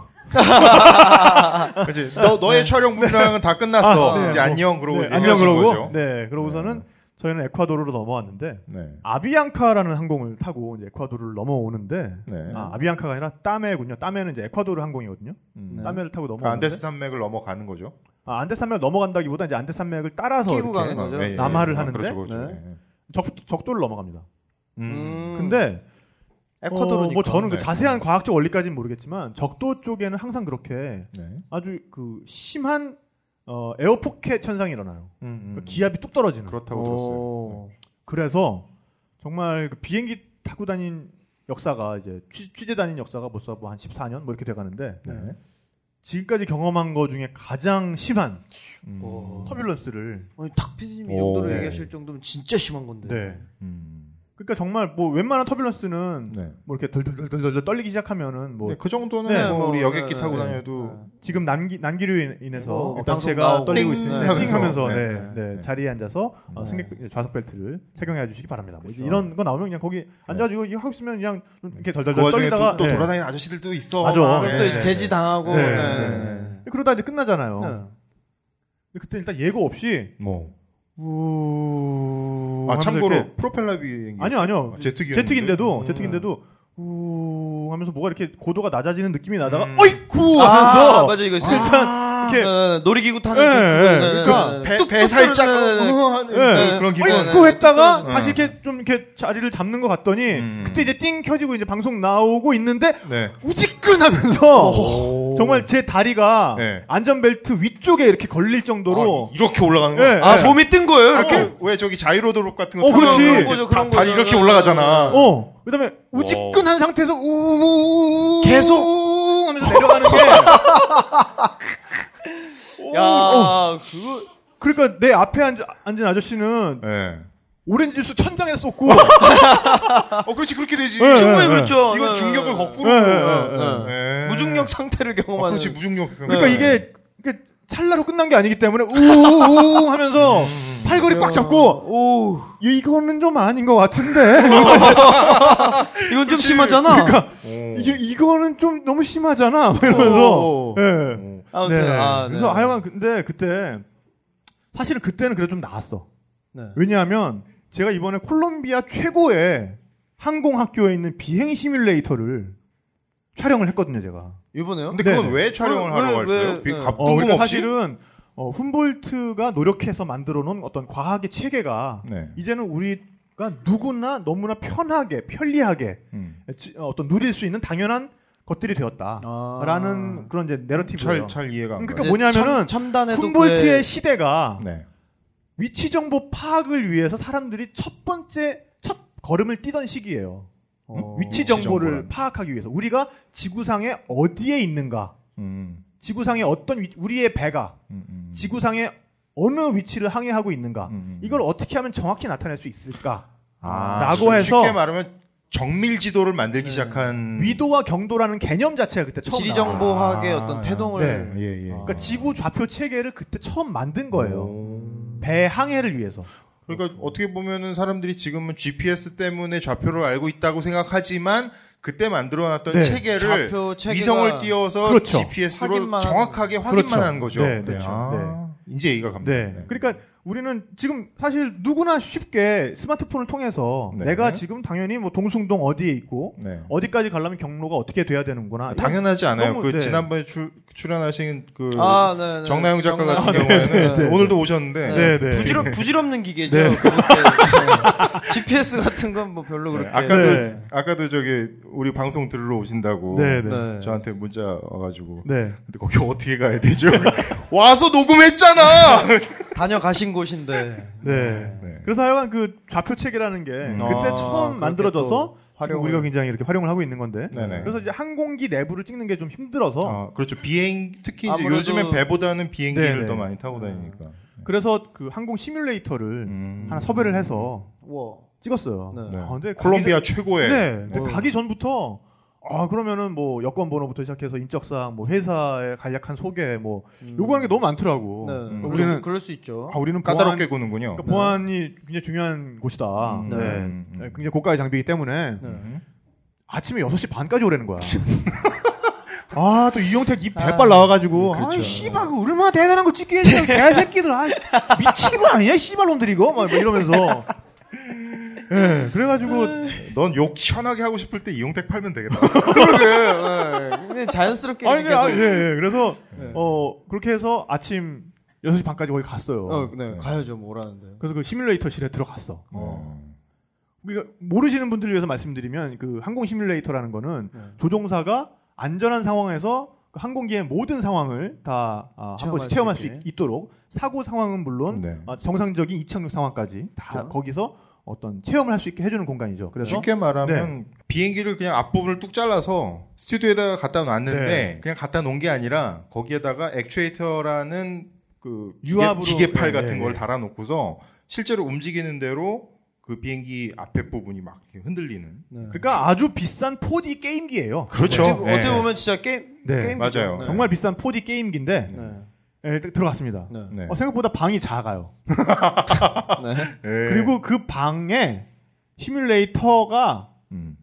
그치. 너 너의 촬영분이랑은 다 끝났어. 네. 아, 네. 이제 뭐, 안녕 그러고 네, 이제 안녕 헤어진 그러고 거죠. 네 그러고서는 저희는 에콰도르로 넘어왔는데 네. 아비앙카라는 항공을 타고 이제 에콰도르를 넘어오는데 네. 아, 아비앙카가 아니라 따메군요. 따메는 이제 에콰도르 항공이거든요. 음. 네. 따메를 타고 넘어오는데 그러니까 안데스 산맥을 넘어가는 거죠. 아, 안데스 산맥을 넘어간다기보다 이제 안데스 산맥을 따라서 끼고 이렇게 가는 거죠. 네, 예, 예. 남하를 아, 하는데? 그렇죠, 그렇죠. 네. 예. 적, 적도를 넘어갑니다. 음. 근데 에콰도르니까. 어, 뭐 저는 그 네. 자세한 과학적 원리까지는 모르겠지만 적도 쪽에는 항상 그렇게 네. 음, 아주 그 심한 어, 에어포켓 현상이 일어나요. 음. 그러니까 기압이 뚝 떨어지는. 그렇다고 들었어요. 오. 그래서 정말 그 비행기 타고 다닌 역사가 이제 취, 재 다닌 역사가 벌써 뭐한 14년 뭐 이렇게 돼 가는데 네. 지금까지 경험한 거 중에 가장 심한 음. 어. 오. 터뷸런스를 아니 탁피디님 이 오. 정도로 네. 얘기하실 정도면 진짜 심한 건데. 네. 음. 그러니까 정말 뭐 웬만한 터뷸런스는 네. 뭐 이렇게 덜덜덜덜 떨리기 시작하면은 뭐 네, 그 정도는 네, 뭐 뭐, 우리 여객기 네, 타고 네. 다녀도 지금 난기, 난기로 인- 인해서 뭐, 어, 방송 단체가 나오고 떨리고 띵 있습니다. 하면서. 띵 하면서 네, 네, 네, 네, 네. 자리에 앉아서 어, 네. 승객 좌석 벨트를 착용해 주시기 바랍니다. 뭐 그렇죠. 이런 거 나오면 그냥 거기 앉아가지고 이거 하고 있으면 그냥 이렇게 그 덜덜덜 와중에 떨리다가 또, 또 네. 돌아다니는 아저씨들도 있어. 맞아. 막. 그럼 네. 또 이제 제지 당하고. 네. 어. 네. 네. 그러다 이제 끝나잖아요. 네. 근데 그때 일단 예고 없이 뭐. 우 아 하면서 참고로 이렇게- 프로펠러 비행기. 아니요 아니요 아, 제트기였는데? 제트기인데도 음. 제트기인데도 우 하면서 뭐가 이렇게 고도가 낮아지는 느낌이 나다가 음. 어이쿠 아, 하면서 맞아 이거 있어요. 일단 이렇게 어, 놀이기구 타는 예, 그- 예, 그거는- 그러니까 배, 뚝 배 살짝 떨어지는- 어, 하는 네. 그런 기분. 어이쿠 했다가 네. 다시 이렇게 좀 이렇게 자리를 잡는 것 같더니 음. 그때 이제 띵 켜지고 이제 방송 나오고 있는데 네. 우지끈하면서 어. 정말 제 다리가 네. 안전벨트 위쪽에 이렇게 걸릴 정도로 아, 이렇게 올라가는 거. 네. 아, 몸이 뜬 거예요. 아, 이렇게? 그, 왜 저기 자이로 드롭 같은 거 어, 타면 그렇지. 이렇게 그런 거죠, 그런 다- 다리 거죠. 이렇게 올라가잖아. 어 그다음에 우지끈한 상태에서 우 계속 하면서 내려가는 게 야, 어. 그거 그러니까 내 앞에 앉, 앉은 아저씨는 네. 오렌지 주스 천장에 쏟고 어, 그렇지 그렇게 되지. 네, 충분히 충분히 네. 그렇죠. 이건 네, 중력을 네, 거꾸로. 네, 네. 네. 무중력 상태를 아, 경험하는. 그렇지 무중력. 네. 예. 그러니까 이게 이게 찰나로 끝난 게 아니기 때문에 우우우 하면서 팔걸이 꽉 잡고 오 이- 이거는 좀 아닌 것 같은데 이건 좀 심하잖아. 그러니까. 오. 이제 이거는 좀 너무 심하잖아 막 이러면서 오. 예. 오. 아무튼 네. 아, 그래서 네. 하여간 근데 그때 사실은 그때는 그래도 좀 나았어 네. 왜냐하면 제가 이번에 콜롬비아 최고의 항공학교에 있는 비행 시뮬레이터를 촬영을 했거든요 제가 이번에요? 근데 그건 네. 왜 촬영을 왜- 하러 왜- 갈까요? 왜- 비- 네. 갑- 어, 뜬금없이? 그러니까 사실은 어, 훔볼트가 노력해서 만들어 놓은 어떤 과학의 체계가 네. 이제는 우리가 누구나 너무나 편하게 편리하게 음. 지- 어, 어떤 누릴 수 있는 당연한 것들이 되었다라는 아. 그런 이제 잘, 내러티브예요. 잘 이해가 안 그러니까 이제 가요. 뭐냐면은 참, 참단에도 훔볼트의 그래. 시대가 네. 위치 정보 파악을 위해서 사람들이 첫 번째 첫 걸음을 뛰던 시기예요. 어. 위치 위치 정보를 정보란. 파악하기 위해서 우리가 지구상에 어디에 있는가, 음, 지구상에 어떤 위- 우리의 배가 음, 음. 지구상의 어느 위치를 항해하고 있는가 음, 음. 이걸 어떻게 하면 정확히 나타낼 수 있을까 아, 라고 해서- 쉽게 말하면 정밀 지도를 만들기 네. 시작한 위도와 경도라는 개념 자체가 그때 처음 지리 나와요. 정보학의 아, 어떤 예, 태동을 예. 그러니까 아. 지구 좌표 체계를 그때 처음 만든 거예요 오. 배 항해를 위해서 그러니까 어떻게 보면은 사람들이 지금은 GPS 때문에 좌표를 알고 있다고 생각하지만 그때 만들어놨던 네. 체계를 좌표 체계가 위성을 띄워서 그렇죠. GPS로 확인만 하는 정확하게 확인만 그렇죠. 한 거죠. 네, 그렇죠. 아, 이제 이해가 갑니다. 네. 그러니까 우리는 지금 사실 누구나 쉽게 스마트폰을 통해서 네. 내가 지금 당연히 뭐 동숭동 어디에 있고 네. 어디까지 가려면 경로가 어떻게 돼야 되는구나 당연하지 않아요. 너무- 그 네. 지난번에 출, 출연하신 그 아, 네, 네. 정나영 작가 정나영- 같은 아, 네, 경우에는 네, 네. 오늘도 오셨는데 네, 네. 부질없, 부질없는 기계죠. 네. 그렇게. 네. GPS 같은 건 뭐 별로 네, 그렇게. 아까도 네. 아까도 저기 우리 방송 들으러 오신다고 네, 네. 네. 저한테 문자 와가지고 네. 근데 거기 어떻게 가야 되죠? 와서 녹음했잖아. 다녀가신 곳인데. 네. 네. 그래서 하여간 그 좌표 체계라는 게 음. 그때 아, 처음 그렇게 만들어져서 또 지금 활용을- 우리가 굉장히 이렇게 활용을 하고 있는 건데 네네. 그래서 이제 항공기 내부를 찍는 게 좀 힘들어서 아, 그렇죠. 비행 특히 이제 아무래도- 요즘엔 배보다는 비행기를 네네. 더 많이 타고 다니니까. 그래서 그 항공 시뮬레이터를 네. 음. 하나 섭외를 해서 우와. 찍었어요. 네. 네. 아, 근데 가기 콜롬비아 전- 최고의 네. 근데 어. 가기 전부터 아 그러면은 뭐 여권 번호부터 시작해서 인적사항, 뭐 회사의 간략한 소개, 뭐 요구하는 게 너무 음. 많더라고. 네. 음. 그럴, 우리는- 수, 그럴 수 있죠. 아 우리는 보안, 까다롭게 구는군요. 그러니까 보안이 굉장히 중요한 곳이다. 음. 네. 음. 네, 굉장히 고가의 장비이기 때문에 네. 음. 아침에 6시 반까지 오라는 거야. 아, 또 이용택 입 대빨 나와가지고. 그렇죠. 아이, 씨발, 그거 얼마나 대단한 거 찍겠냐, 개새끼들. 아, 미친 거 아니야, 씨발 놈들이 이거? 막 이러면서. 예, 그래가지고, 넌욕 시원하게 하고 싶을 때 이용택 팔면 되겠다. 그러게. 네. 그냥 자연스럽게. 아니, 이렇게 아, 예, 계속- 예. 그래서, 네. 어, 그렇게 해서 아침 6시 반까지 거기 갔어요. 어, 네. 네. 가야죠, 뭐라는데. 그래서 그 시뮬레이터실에 들어갔어. 어. 그러니까 모르시는 분들을 위해서 말씀드리면, 그 항공 시뮬레이터라는 거는 네. 조종사가 안전한 상황에서 그 항공기의 모든 상황을 다 아, 한 체험할 번씩 수 체험할 수 있게. 있, 도록 사고 상황은 물론 네. 아, 정상적인 이착륙 상황까지 다 그렇죠. 거기서 어떤 체험을 할 수 있게 해주는 공간이죠. 그래서 네. 쉽게 말하면 비행기를 그냥 앞부분을 뚝 잘라서 스튜디오에다가 갖다 놨는데 네. 그냥 갖다 놓은 게 아니라 거기에다가 액추에이터라는 그 유압으로- 기계, 팔 네, 같은 네, 걸 네. 달아놓고서 실제로 움직이는 대로 그 비행기 앞에 부분이 막 이렇게 흔들리는. 네. 그러니까 아주 비싼 4D 게임기예요. 그렇죠. 어떻게, 네. 어떻게 보면 진짜 게임. 네. 게임 맞아요. 네. 정말 비싼 4D 게임기인데 네. 예, 딱 들어갔습니다. 네. 네. 어, 생각보다 방이 작아요. 네. 그리고 그 방에 시뮬레이터가 음.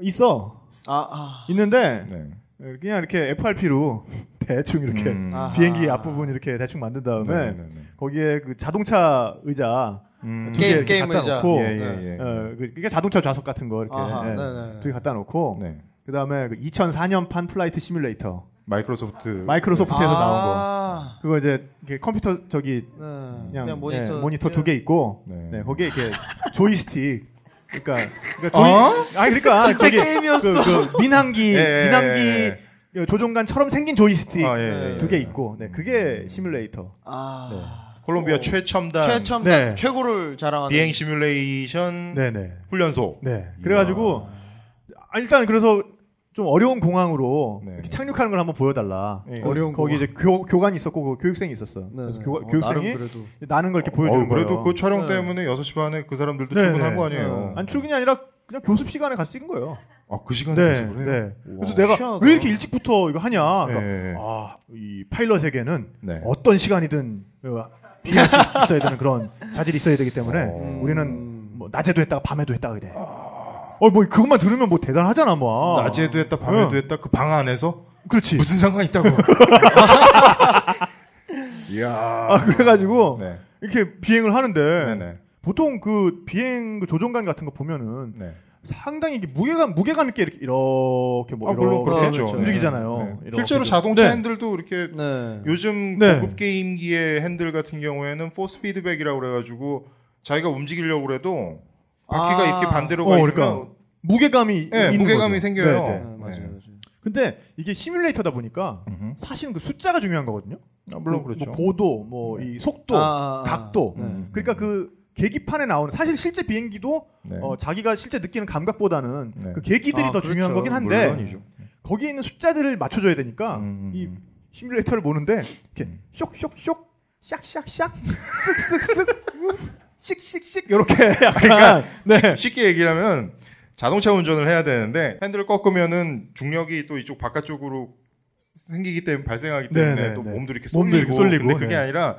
있어 아, 아. 있는데 네. 그냥 이렇게 FRP로 대충 이렇게 음. 아하. 비행기 앞부분 이렇게 대충 만든 다음에 네, 네, 네. 거기에 그 자동차 의자 음. 두 개 게임, 이렇게 게임 갖다 의자. 놓고 예, 예, 예. 어, 그- 그러니까 자동차 좌석 같은 거 아하, 이렇게 네네. 두 개 갖다 놓고 네. 그다음에 그 2004년판 플라이트 시뮬레이터 마이크로소프트 마이크로소프트. 밑에서 아. 그거 이제 이렇게 컴퓨터 저기 네. 그냥, 그냥, 네, 예, 모니터. 두 개 있고 네. 네, 거기에 이렇게 조이스틱 그러니까, 그러니까 조이 아 그러니까 진짜 저기 게임이었어. 그, 그 민항기 어? 예, 예, 민항기 예, 조종관처럼 생긴 조이스틱 아, 예, 예, 두 개 예. 있고 네 그게 시뮬레이터 아. 콜롬비아 어. 최첨단 최첨단 네. 최고를 자랑하는 비행 시뮬레이션 네네 훈련소. 네. 그래가지고 아, 일단 그래서 좀 어려운 공항으로 네. 이렇게 착륙하는 걸 한번 보여달라. 네. 그- 어려운 거기 공항. 이제 교, 교관이 있었고 그 교육생이 있었어요. 네. 그래서 교가, 어, 교육생이 나름 그래도 나는 걸 이렇게 어우, 보여주는 거예요. 그래도 그 촬영 네. 때문에 6시 반에 그 사람들도 네, 출근한 네. 거 아니에요. 안 출근이 아니라 그냥 교습 시간에 같이 찍은 거예요. 아, 그 시간에 네, 연습을 해요? 네. 그래서 우와. 내가 희한하다. 왜 이렇게 일찍부터 이거 하냐? 그러니까 네. 아, 이 파일럿에게는 네. 어떤 시간이든 어, 비할 수 있- 있어야 되는 그런 자질이 있어야 되기 때문에 어. 우리는 뭐 낮에도 했다가 밤에도 했다가 이래. 어, 뭐 그것만 들으면 뭐 대단하잖아, 뭐. 아. 낮에도 했다 밤에도 응. 했다 그 방 안에서 그렇지. 무슨 상관 있다고. 이야. 아, 그래가지고 네. 이렇게 비행을 하는데 네네. 보통 그 비행 그 조종관 같은 거 보면은 네. 상당히 이게 무게감 무게감 있게 이렇게 이렇게 뭐 아, 물론 이렇게 그렇겠죠. 움직이잖아요. 네. 이렇게 실제로 좀. 자동차 네. 핸들도 이렇게 네. 요즘 네. 고급 게임기의 핸들 같은 경우에는 포스 피드백이라고 그래가지고 자기가 움직이려고 그래도 바퀴가 아. 이렇게 반대로 어, 가 그러니까. 있으면 무게감이 네, 있는 무게감이 거죠. 생겨요. 네, 네, 네. 맞아요. 네. 맞아요. 근데 이게 시뮬레이터다 보니까 사실은 그 숫자가 중요한 거거든요. 물론 그, 그렇죠. 뭐 고도, 뭐 이 속도, 아, 아, 아. 각도. 네. 음. 그러니까 그 계기판에 나오는 사실 실제 비행기도 네. 어, 자기가 실제 느끼는 감각보다는 네. 그 계기들이 아, 더 그렇죠. 중요한 거긴 한데 물론이죠. 거기에 있는 숫자들을 맞춰줘야 되니까 음, 음, 이 음. 시뮬레이터를 보는데 이렇게 음. 쇽쇽쇽 샥샥샥 쓱쓱쓱 씩씩씩 이렇게 약간 그러니까 네. 쉽게 얘기하면 자동차 운전을 해야 되는데 핸들을 꺾으면은 중력이 또 이쪽 바깥쪽으로 생기기 때문에 발생하기 때문에 네, 네, 또 네. 몸도 이렇게 몸도 이렇게 쏠리고, 쏠리고, 근데 그게 네. 아니라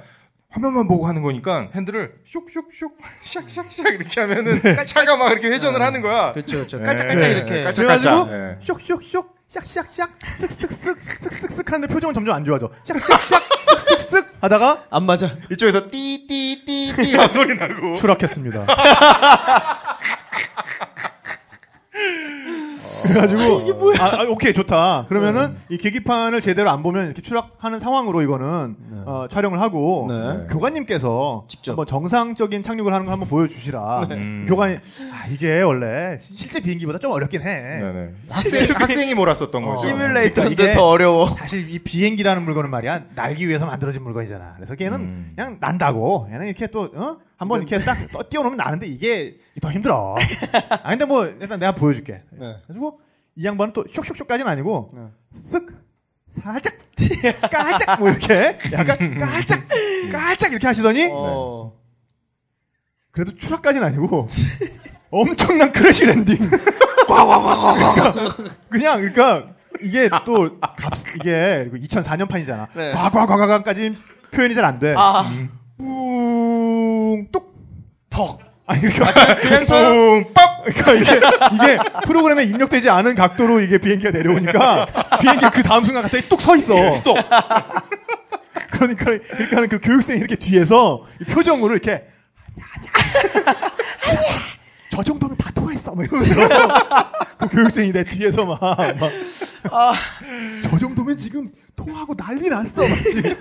화면만 보고 하는 거니까 핸들을 쇽쇽쇽 샥샥샥 이렇게 하면은 차가 막 이렇게 회전을 하는 거야. 그렇죠, 그렇죠. 네. 깔짝깔짝 네. 이렇게. 깔짝깔짝. 그래가지고 네. 쇽쇽쇽 샥샥샥 쓱쓱쓱 쓱쓱쓱 하는데 표정은 점점 안 좋아져 샥샥샥 쓱쓱쓱 하다가 안 맞아. 이쪽에서 띠띠띠띠 막 소리 나고. 수락했습니다. 그래가지고 이게 뭐야? 아, 아, 오케이 좋다. 그러면은 이 계기판을 제대로 안 보면 이렇게 추락하는 상황으로 이거는 어, 촬영을 하고 네. 교관님께서 직접. 한번 정상적인 착륙을 하는 걸 한번 보여주시라. 음. 교관이 아, 이게 원래 시- 실제 비행기보다 좀 어렵긴 해. 네네. 시뮬레이- 학생, 학생이 몰았었던 어. 거죠. 시뮬레이터인데 이게- 더 어려워. 사실 이 비행기라는 물건은 말이야 날기 위해서 만들어진 물건이잖아. 그래서 걔는 음. 그냥 난다고. 얘는 이렇게 또 어? 한번 이렇게 딱 떠- 뛰어놓으면 나는데 이게 더 힘들어. 아 근데 뭐 일단 내가 보여줄게. 네. 그래가지고 이 양반은 또 쇽쇽쇽까지는 아니고 네. 쓱 살짝 깔짝 뭐 이렇게 약간 깔짝 깔짝 이렇게 하시더니 음. 어. 그래도 추락까지는 아니고 엄청난 크래시 랜딩. 꽉꽉꽉꽉. 그냥 그러니까 이게 또 값, 이게 2004년판이잖아. 네. 과과과과까지 표현이 잘 안 돼. 아, 뿡 뚝. 퍽. 아니 그러니까 그냥 서요? 어, 뿡, 빡! 그러니까 이게 이게 프로그램에 입력되지 않은 각도로 이게 비행기가 내려오니까 비행기 그 다음 순간 갑자기 뚝 서 있어. 스톱! 그러니까 이렇게 하는 그 교육생이 이렇게 뒤에서 이 표정으로 이렇게 아니야 아니야 저 정도면 다 통했어 막 이러면서 그 교육생이 내 뒤에서 막저 아, 정도면 지금 통하고 난리 났어 막 지금.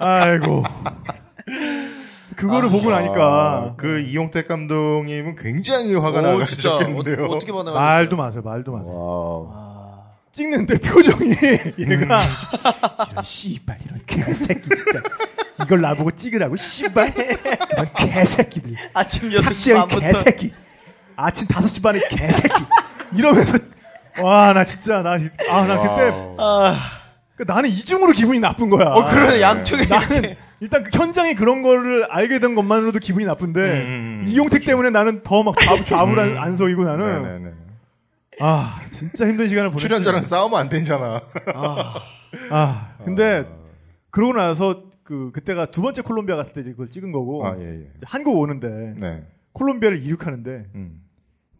아이고 그거를 보고 나니까 그 이용택 감독님은 굉장히 화가 오, 진짜. 어, 나가셨겠는데요. 아, 어떻게 받아가 말도 마세요 말도 마세요 와우. 찍는데 표정이 얘가 음. 이런 씨발 이런 개새끼 진짜 이걸 나보고 찍으라고 씨발 이런 개새끼들 아침 6시 탁지영 반부터. 개새끼 아침 5시 반에 개새끼 이러면서 와 나 진짜 나 아 나 네, 그때 아, 그 나는 이중으로 기분이 나쁜 거야 어, 그러네. 양쪽에. 아, 나는 일단 그 현장에 그런 거를 알게 된 것만으로도 기분이 나쁜데 음, 이용택 때문에 나는 더 막 좌불안 안속이고 나는 네네네. 아 진짜 힘든 시간을 보냈어 출연자랑 싸우면 안 되잖아. 아, 근데 어. 그러고 나서 그 그때가 두 번째 콜롬비아 갔을 때 이제 그걸 찍은 거고 아, 예, 예. 이제 한국 오는데 네. 콜롬비아를 이륙하는데 음.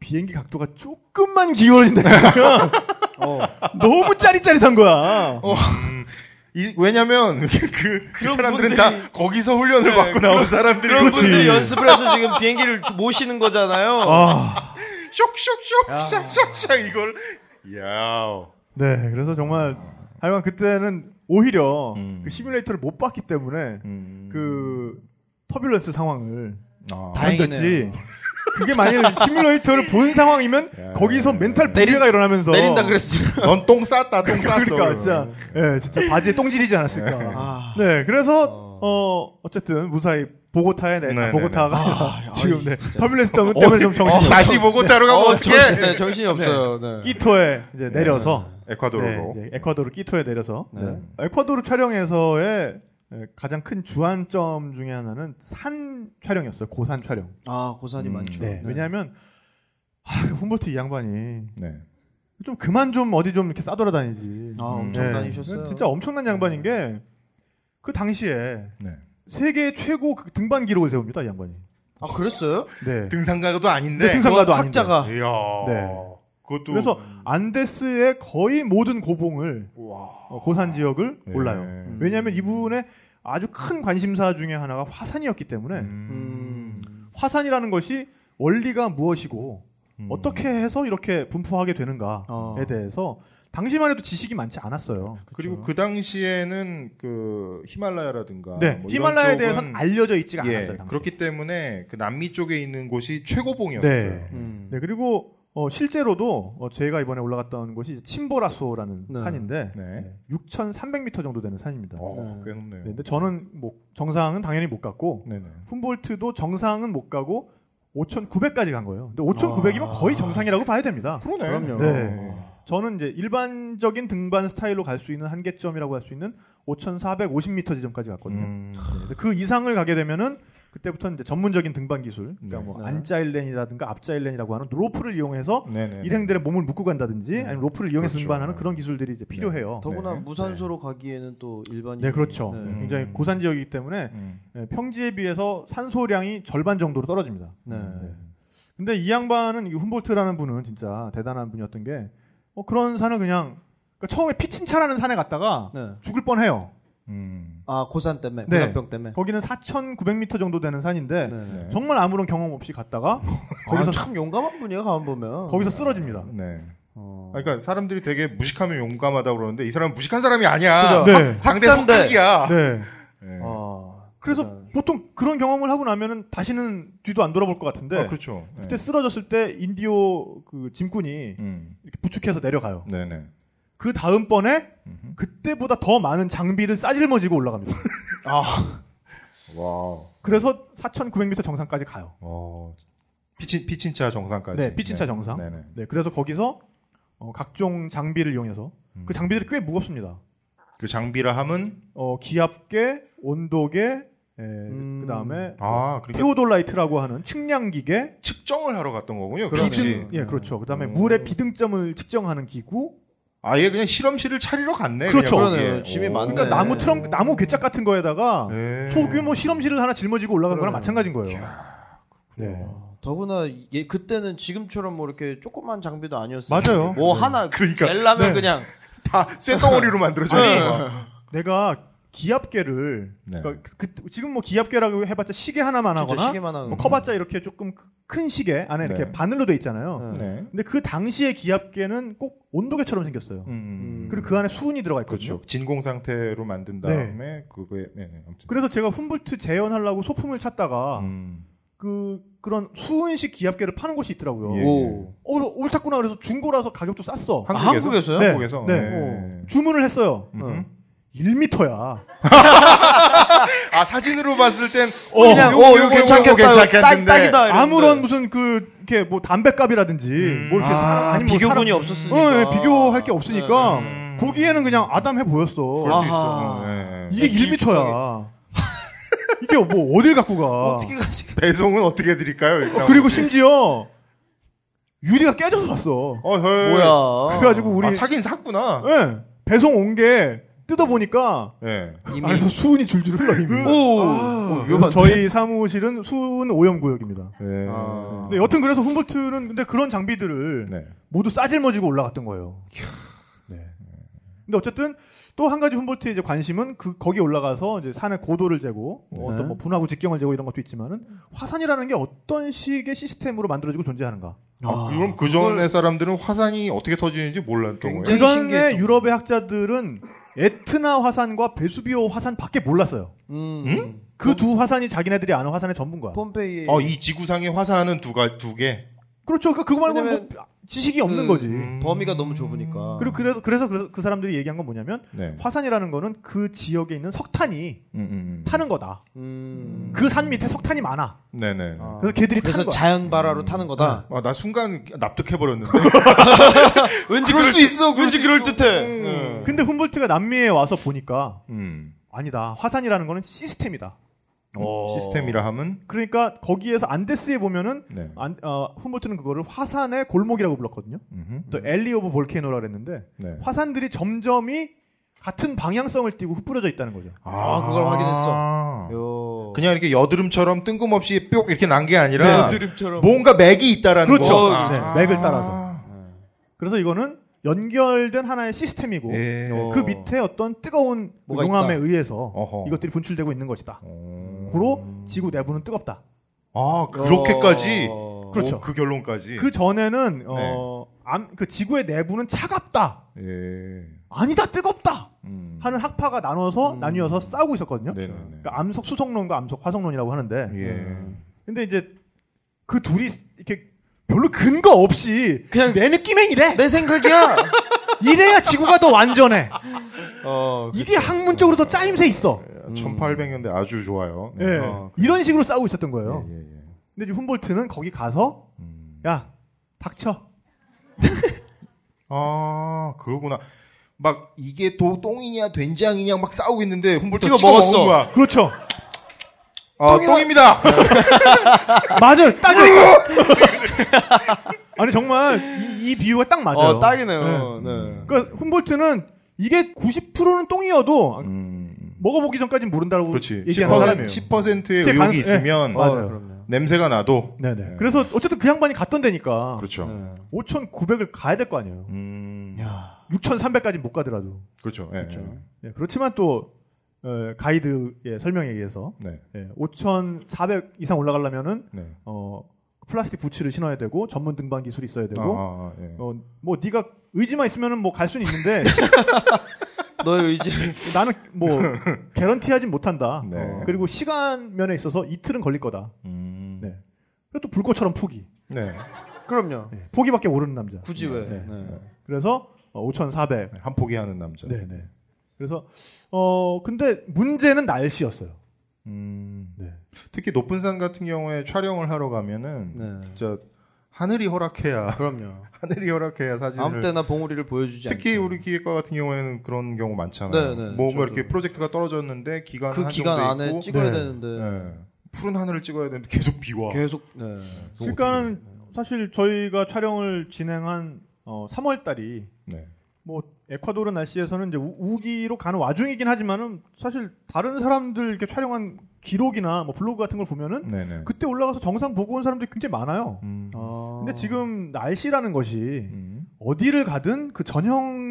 비행기 각도가 조금만 기울어진다 그러면 어. 너무 짜릿짜릿한 거야. 이, 왜냐면, 그, 그 그런 사람들은 분들이- 네, 다 거기서 훈련을 받고 나온 사람들이 그런 그렇지. 분들이 연습을 해서 지금 비행기를 모시는 거잖아요. 아, 쇽쇽쇽, 샥샥샥 이걸. 이야. 네, 그래서 정말 하여간 그때는 오히려 음. 그 시뮬레이터를 못 봤기 때문에 음. 그 터뷸런스 상황을 아. 다행이네요. 견뎠지. 그게 만일 시뮬레이터를 본 상황이면 야. 거기서 멘탈 내린- 붕괴가 일어나면서 내린다 그랬어. 넌 똥 쌌다, 똥 쌌어. 그러니까 진짜 예 진짜 바지에 똥질이지 않았을까 아. 네 그래서 어 어쨌든 무사히 보고타에 내 네, 보고타가 야, 지금 이 네 진짜. 터뷸런스 때문에 좀 정신이 없어 다시 보고 따로 가면 어, 어떻게? 정신, 네, 정신이 없어요. 네. 끼토에 이제 내려서 에콰도르로. 네, 이제 에콰도르 끼토에 내려서 네. 네. 에콰도르 촬영에서의 예, 가장 큰 주안점 중에 하나는 산 촬영이었어요 고산 촬영 아, 고산이 음, 많죠. 네, 왜냐하면 아, 훔볼트 이 양반이 네. 좀 그만 좀 어디 좀 이렇게 싸돌아다니지 아, 엄청 네. 다니셨어요. 진짜 엄청난 양반인 게 그 당시에 네. 세계 최고 그 등반 기록을 세웁니다, 이 양반이. 아 그랬어요? 뭐, 네. 등산가도 아닌데. 네, 등산가도 아닌데. 학자가 이야. 네. 그것도 그래서 안데스의 거의 모든 고봉을 와. 어, 고산 지역을 네. 올라요. 음. 왜냐하면 이분의 아주 큰 관심사 중에 하나가 화산이었기 때문에 음. 화산이라는 것이 원리가 무엇이고 음. 어떻게 해서 이렇게 분포하게 되는가에 어. 대해서 당시만 해도 지식이 많지 않았어요. 그리고 그 당시에는 그 히말라야라든가 네, 뭐 이런 히말라야에 쪽은- 대해서는 알려져 있지가 예, 않았어요. 당시. 그렇기 때문에 그 남미 쪽에 있는 곳이 최고봉이었어요. 네. 음. 네, 그리고 어, 실제로도 어, 제가 이번에 올라갔던 곳이 이제 침보라소라는 네. 산인데 네. 6,300m 정도 되는 산입니다. 어, 네. 꽤 높네요. 네, 근데 저는 뭐 정상은 당연히 못 갔고 네네. 훔볼트도 정상은 못 가고 5,900까지 간 거예요. 근데 아. 5,900이면 와. 거의 정상이라고 봐야 됩니다. 그러네. 그럼요. 음. 네. 저는 이제 일반적인 등반 스타일로 갈 수 있는 한계점이라고 할 수 있는 5,450m 지점까지 갔거든요. 음. 근데 그 이상을 가게 되면은 그때부터 이제 전문적인 등반 기술, 그러니까 네. 뭐 네. 안자일렌이라든가 앞자일렌이라고 하는 로프를 이용해서 네네. 네. 일행들의 몸을 묶고 간다든지 아니면 로프를 이용해서 그렇죠. 등반하는 그런 기술들이 이제 필요해요. 더구나 네. 무산소로 가기에는 또 일반인 네, 그렇죠. 네. 음. 굉장히 고산 지역이기 때문에 음. 예, 평지에 비해서 산소량이 절반 정도로 떨어집니다. 네. 네. 근데 이 양반은 이 훔볼트라는 분은 진짜 대단한 분이었던 게 어, 그런 산을 그냥 그러니까 처음에 피친차라는 산에 갔다가 네. 죽을 뻔해요. 음. 아 고산 때문에 네. 고산병 때문에. 거기는 4,900m 정도 되는 산인데 네. 네. 아, 정말 아무런 경험 없이 갔다가 거기서 거기서- 참 용감한 분이에요 가만 보면. 거기서 쓰러집니다. 네. 어. 아, 그러니까 사람들이 되게 무식하면 용감하다 그러는데 이 사람은 무식한 사람이 아니야. 그죠. 네. 당대 학자인데. 석학이야. 네. 네. 어, 그래서 그죠. 보통 그런 경험을 하고 나면은 다시는 뒤도 안 돌아볼 것 같은데 아, 그렇죠. 네. 그때 쓰러졌을 때 인디오 그 짐꾼이 음. 이렇게 부축해서 내려가요. 네네. 그 다음 번에 음흠. 그때보다 더 많은 장비를 싸질머지고 올라갑니다. 와우. 그래서 4,900m 정상까지 가요. 어. 피친 피친차 정상까지. 네, 피친차 정상. 네네. 네, 그래서 거기서 어, 각종 장비를 이용해서 그 장비들이 꽤 무겁습니다. 음. 그 장비라 함은 어, 기압계, 온도계, 에, 음. 그다음에 아, 그러니까 테오돌라이트라고 하는 측량기계, 측정을 하러 갔던 거군요. 그러네. 네. 비등. 예, 그렇죠. 그다음에 음. 물의 비등점을 측정하는 기구, 아예 그냥 실험실을 차리러 갔네. 그렇죠. 그냥 그러네요. 거기에. 짐이 오. 많네. 그러니까 네. 나무 트렁크, 나무 괴짝 같은 거에다가 네. 소규모 실험실을 하나 짊어지고 올라간 거랑 그러네요. 마찬가지인 거예요. 네. 어, 더구나 예, 그때는 지금처럼 뭐 이렇게 조그만 장비도 아니었어요. 맞아요. 뭐 네. 하나 그러니까. 낼라면 그냥 다 쇠덩어리로 만들어져요. 내가 기압계를 네. 그러니까 그- 그- 지금 뭐 기압계라고 해봤자 시계 하나만 진짜 하거나 시계만 하는 뭐 거. 커봤자 이렇게 조금 큰 시계 안에 네. 이렇게 바늘로 돼 있잖아요. 네. 네. 근데 그 당시의 기압계는 꼭 온도계처럼 생겼어요. 음. 그리고 그 안에 수은이 들어가 있거든요. 그렇죠. 진공 상태로 만든 다음에 그거에 네, 네, 아무튼. 그래서 제가 훔볼트 재현하려고 소품을 찾다가 음. 그 그런 수은식 기압계를 파는 곳이 있더라고요. 예. 오. 어, 너 옳았구나 그래서 중고라서 가격 좀 쌌어. 아, 한국에서요? 한국에서 네. 한국에서 네. 네. 주문을 했어요. 음. 어. 1m야. 아 사진으로 봤을 땐 어, 그냥 오 이거 괜찮겠다 딱, 괜찮겠는데 딱이다. 이랬는데. 아무런 무슨 그 이렇게 뭐 담배값이라든지 음. 뭐 이렇게 아, 사람 아니 뭐 비교군이 사람- 없었으니까. 어, 예, 비교할 게 네, 없으니까 네. 음. 보기에는 그냥 아담해 보였어. 그럴 수 아하. 있어. 어, 네. 이게 네, 1m야. 이게 뭐 어딜 갖고 가? 어떻게 가지? 배송은 어떻게 드릴까요? 일단? 그리고 심지어 유리가 깨져서 왔어. 어, 헐. 음, 뭐야? 그래가지고 우리 아, 사긴 샀구나. 예, 배송 온 게 뜯어보니까 예. 아, 이미 그- 아, 안에서 수은이 줄줄 흘러 이미. 오. 어, 오, 위험한데. 저희 사무실은 수은 오염 구역입니다. 예. 아. 네, 여튼 그래서 훔볼트는 근데 그런 장비들을 네. 모두 싸질머지고 올라갔던 거예요. 네. 근데 어쨌든 또 한 가지 훔볼트의 이제 관심은 그 거기 올라가서 이제 산의 고도를 재고 뭐 네. 어떤 뭐 분화구 직경을 재고 이런 것도 있지만은 화산이라는 게 어떤 식의 시스템으로 만들어지고 존재하는가. 아, 그럼 그 전에 사람들은 화산이 어떻게 터지는지 몰랐던 그 거예요. 굉장히 전에 네. 신기했던 유럽의 학자들은 에트나 화산과 베수비오 화산밖에 몰랐어요. 음. 그 두 화산이 자기네들이 아는 화산의 전부인 거야. 폼페이. 아, 어, 이 지구상의 화산은 두가 두 개. 그렇죠. 그러니까 그거 말고는 왜냐면 음. 뭐 지식이 그- 없는 거지. 음. 범위가 너무 좁으니까. 그리고 그래서 그래서 그, 그 사람들이 얘기한 건 뭐냐면 네. 화산이라는 거는 그 지역에 있는 석탄이 음, 음, 음. 타는 거다. 음. 그 산 밑에 석탄이 많아. 네네. 아. 그래서 걔들이 그래서 타는 거야. 자연 발화로 타는 거다. 아, 나 순간 납득해 버렸는데. 왠지 그럴 그럴 수 수 있어. 왠지 그럴 듯해. 네. 음. 근데 훔볼트가 남미에 와서 보니까 음. 아니다. 화산이라는 거는 시스템이다. 어. 시스템이라 함은 그러니까 거기에서 안데스에 보면은 네. 안, 어, 훔볼트는 그거를 화산의 골목이라고 불렀거든요. 음흠. 또 엘리 오브 볼케노라 그랬는데 네. 화산들이 점점이 같은 방향성을 띠고 흩뿌려져 있다는 거죠. 아, 그걸 확인했어. 요. 그냥 이렇게 여드름처럼 뜬금없이 뿅 이렇게 난 게 네, 아니라 여드름처럼 뭐? 뭔가 맥이 있다라는 그렇죠. 거. 어, 아. 네, 맥을 따라서. 그래서 이거는 연결된 하나의 시스템이고 예. 어. 그 밑에 어떤 뜨거운 그 뭐가 용암에 있다. 음. 의해서 어허. 이것들이 분출되고 있는 것이다. 어. 고로 지구 내부는 뜨겁다. 아 그렇게까지 어. 그렇죠. 오, 그 결론까지. 그 전에는 어, 네. 암- 그 지구의 내부는 차갑다. 예. 아니다 뜨겁다 음. 하는 학파가 나눠서 음. 나뉘어서 싸우고 있었거든요. 네네네. 그렇죠. 그러니까 암석 수성론과 암석 화성론이라고 하는데 예. 근데 이제 그 둘이 이렇게 별로 근거 없이 그냥 내 느낌엔 이래 내 생각이야. 이래야 지구가 더 완전해 그렇죠. 어, 그- 이게 학문적으로 더 짜임새 있어 1800년대 아주 좋아요. 예. 어. 이런 식으로 싸우고 있었던 거예요 예, 예, 예. 근데 이제 훔볼트는 거기 가서 음. 야 닥쳐 아 그러구나. 막 이게 도똥이냐 된장이냐 막 싸우고 있는데 훔볼트가 찍어 먹었어. 먹은 거야. 그렇죠 아, 똥입니다. 맞아 딱이 아니 정말 이, 이 비유가 딱 맞아요 어, 딱이네요. 예. 네. 그러니까 훔볼트는 이게 90%는 똥이어도 음. 먹어보기 전까지 모른다고 그렇지. 얘기하는 10%, 사람이에요 10%의 제 의혹이 가능성- 예. 있으면 맞아요. 어, 그럼요. 냄새가 나도 네네. 네. 그래서 어쨌든 그 양반이 갔던 데니까 그렇죠. 네. 5,900을 가야 될 거 아니에요. 음. 야. 6,300까지 못 가더라도. 그렇죠. 예, 그렇죠. 예, 그렇지만 또 어, 가이드의 설명에 의해서 예. 네. 5,400 이상 올라가려면은 네. 어, 플라스틱 부츠를 신어야 되고 전문 등반 기술이 있어야 되고 아, 아, 예. 어, 뭐 네가 의지만 있으면은 뭐 갈 수는 있는데 너의 의지를. 나는 뭐 개런티하진 못한다. 네. 어, 그리고 시간 면에 있어서 이틀은 걸릴 거다. 음. 네. 그리고 또 불꽃처럼 포기. 네. 그럼요. 예, 포기밖에 모르는 남자. 굳이 왜? 네. 네. 그래서 5,400 네, 한 포기 하는 남자. 네네. 그래서 어 근데 문제는 날씨였어요. 음. 네. 특히 높은 산 같은 경우에 촬영을 하러 가면은 네. 진짜 하늘이 허락해야 그럼요. 하늘이 허락해야 사진을 아무 때나 봉우리를 보여주지 않. 특히 우리 기획과 같은 경우에는 그런 경우 네, 많잖아요. 네, 뭔가 저도. 이렇게 프로젝트가 떨어졌는데 기간 그 한 기간 정도 안에 있고, 찍어야 네. 되는데 네. 푸른 하늘을 찍어야 되는데 계속 비와. 그 계속. 네. 그러니까는 사실 저희가 촬영을 진행한 어, 3월 달이 네. 뭐 에콰도르 날씨에서는 이제 우- 우기로 가는 와중이긴 하지만은 사실 다른 사람들 이렇게 촬영한 기록이나 뭐 블로그 같은 걸 보면은 네네. 그때 올라가서 정상 보고 온 사람들이 굉장히 많아요. 음. 아. 근데 지금 날씨라는 것이 음. 어디를 가든 그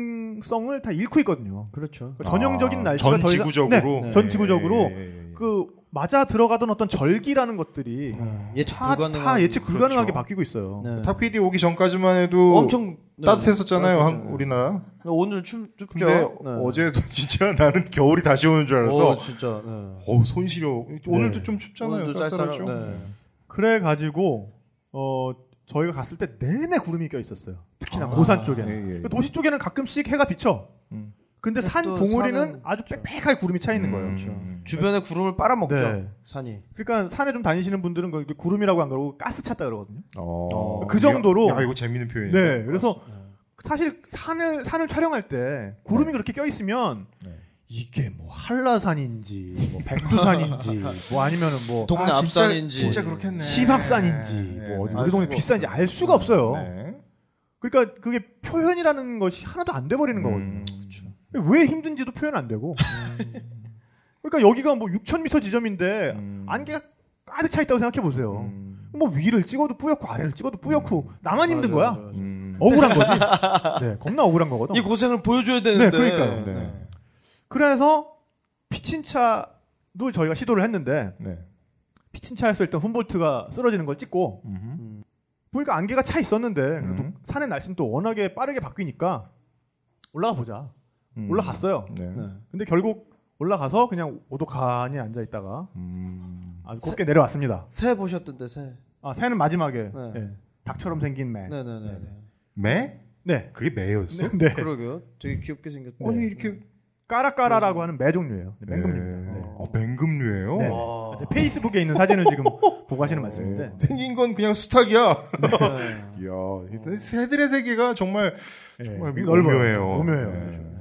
전형성을 다 잃고 있거든요. 그렇죠. 그러니까 전형적인 아, 날씨가 전 더 이상- 지구적으로 네, 전 지구적으로 예, 예, 예. 그 맞아 들어가던 어떤 절기라는 것들이 예측 다, 불가능한. 다 예측 불가능하게 그렇죠. 바뀌고 있어요. 네. 탁 PD 오기 전까지만 해도 엄청 네. 따뜻했었잖아요, 한- 따뜻했잖아요. 우리나라. 근데 오늘 춥, 춥죠. 근데 네. 어제도 진짜 나는 겨울이 다시 오는 줄 어, 알았어. 진짜. 네. 어우, 손 시려. 오늘도 네. 좀 춥잖아요. 오늘도 쌀쌀하죠. 쌀쌀하- 네. 그래 가지고 어 저희가 갔을 때 내내 구름이 껴 있었어요. 특히나 아, 고산 쪽에는. 그 예, 예, 예. 도시 쪽에는 가끔씩 해가 비쳐. 음. 근데 산 또 봉우리는 산은 아주 빽빽하게 구름이 차 있는 거예요. 음. 주변에 구름을 빨아먹죠. 네. 산이. 그러니까 산에 좀 다니시는 분들은 그걸 이렇게 구름이라고 안 그러고 가스 찼다 그러거든요. 어. 그 정도로- 야, 이거 재밌는 표현이네. 네. 그래서 사실 산을 산을 촬영할 때 구름이 그렇게 껴 있으면 네. 이게 뭐 한라산인지 뭐 백두산인지 뭐 아니면은 뭐 동네 아, 진짜- 앞산인지. 진짜 그렇겠네. 심학산인지 네, 뭐 어디 네, 우리 알 동네 수가 비싼지 알 수가 없어요. 그러니까 그게 표현이라는 것이 하나도 안 음. 돼버리는 거거든요. 왜 힘든지도 표현 안 되고. 그렇죠. 그러니까 여기가 뭐 6,000m 지점인데 음. 음. 안개가 가득 차 있다고 생각해 보세요. 뭐 위를 찍어도 뿌옇고 아래를 찍어도 뿌옇고 나만 힘든 맞아요, 거야. 맞아요. 어? 억울한 거지. 네, 겁나 억울한 거거든. 이 고생을 보여줘야 되는데. 네, 그러니까요. 네. 그래서 피친차도 저희가 시도를 했는데 네. 피친차에서 일단 훔볼트가 쓰러지는 걸 찍고 음. 보니까 안개가 차 있었는데 그래도 음. 산의 날씨는 또 워낙에 빠르게 바뀌니까 올라가 보자. 음. 올라갔어요. 네. 네. 근데 결국 올라가서 그냥 오독하니 앉아 있다가 음. 아주 곱게 내려왔습니다. 새 보셨던데 새. 아, 새는 마지막에 네. 예, 닭처럼 생긴 매. 네. 네네네. 매? 네. 그게 매였어? 어, 네. 그러게요. 되게 귀엽게 생겼다. 아니 이렇게 까라까라라고 하는 매 종류예요. 네, 맹금류입니다. 네. 아, 맹금류예요? 네. 아, 와. 제 페이스북에 있는 사진을 지금 보고 하시는 말씀인데 네. 생긴 건 그냥 수탉이야. 네. 이야, 일단 새들의 세계가 정말 예, 정말 넓어요. 오묘해요. 오묘해요. 네.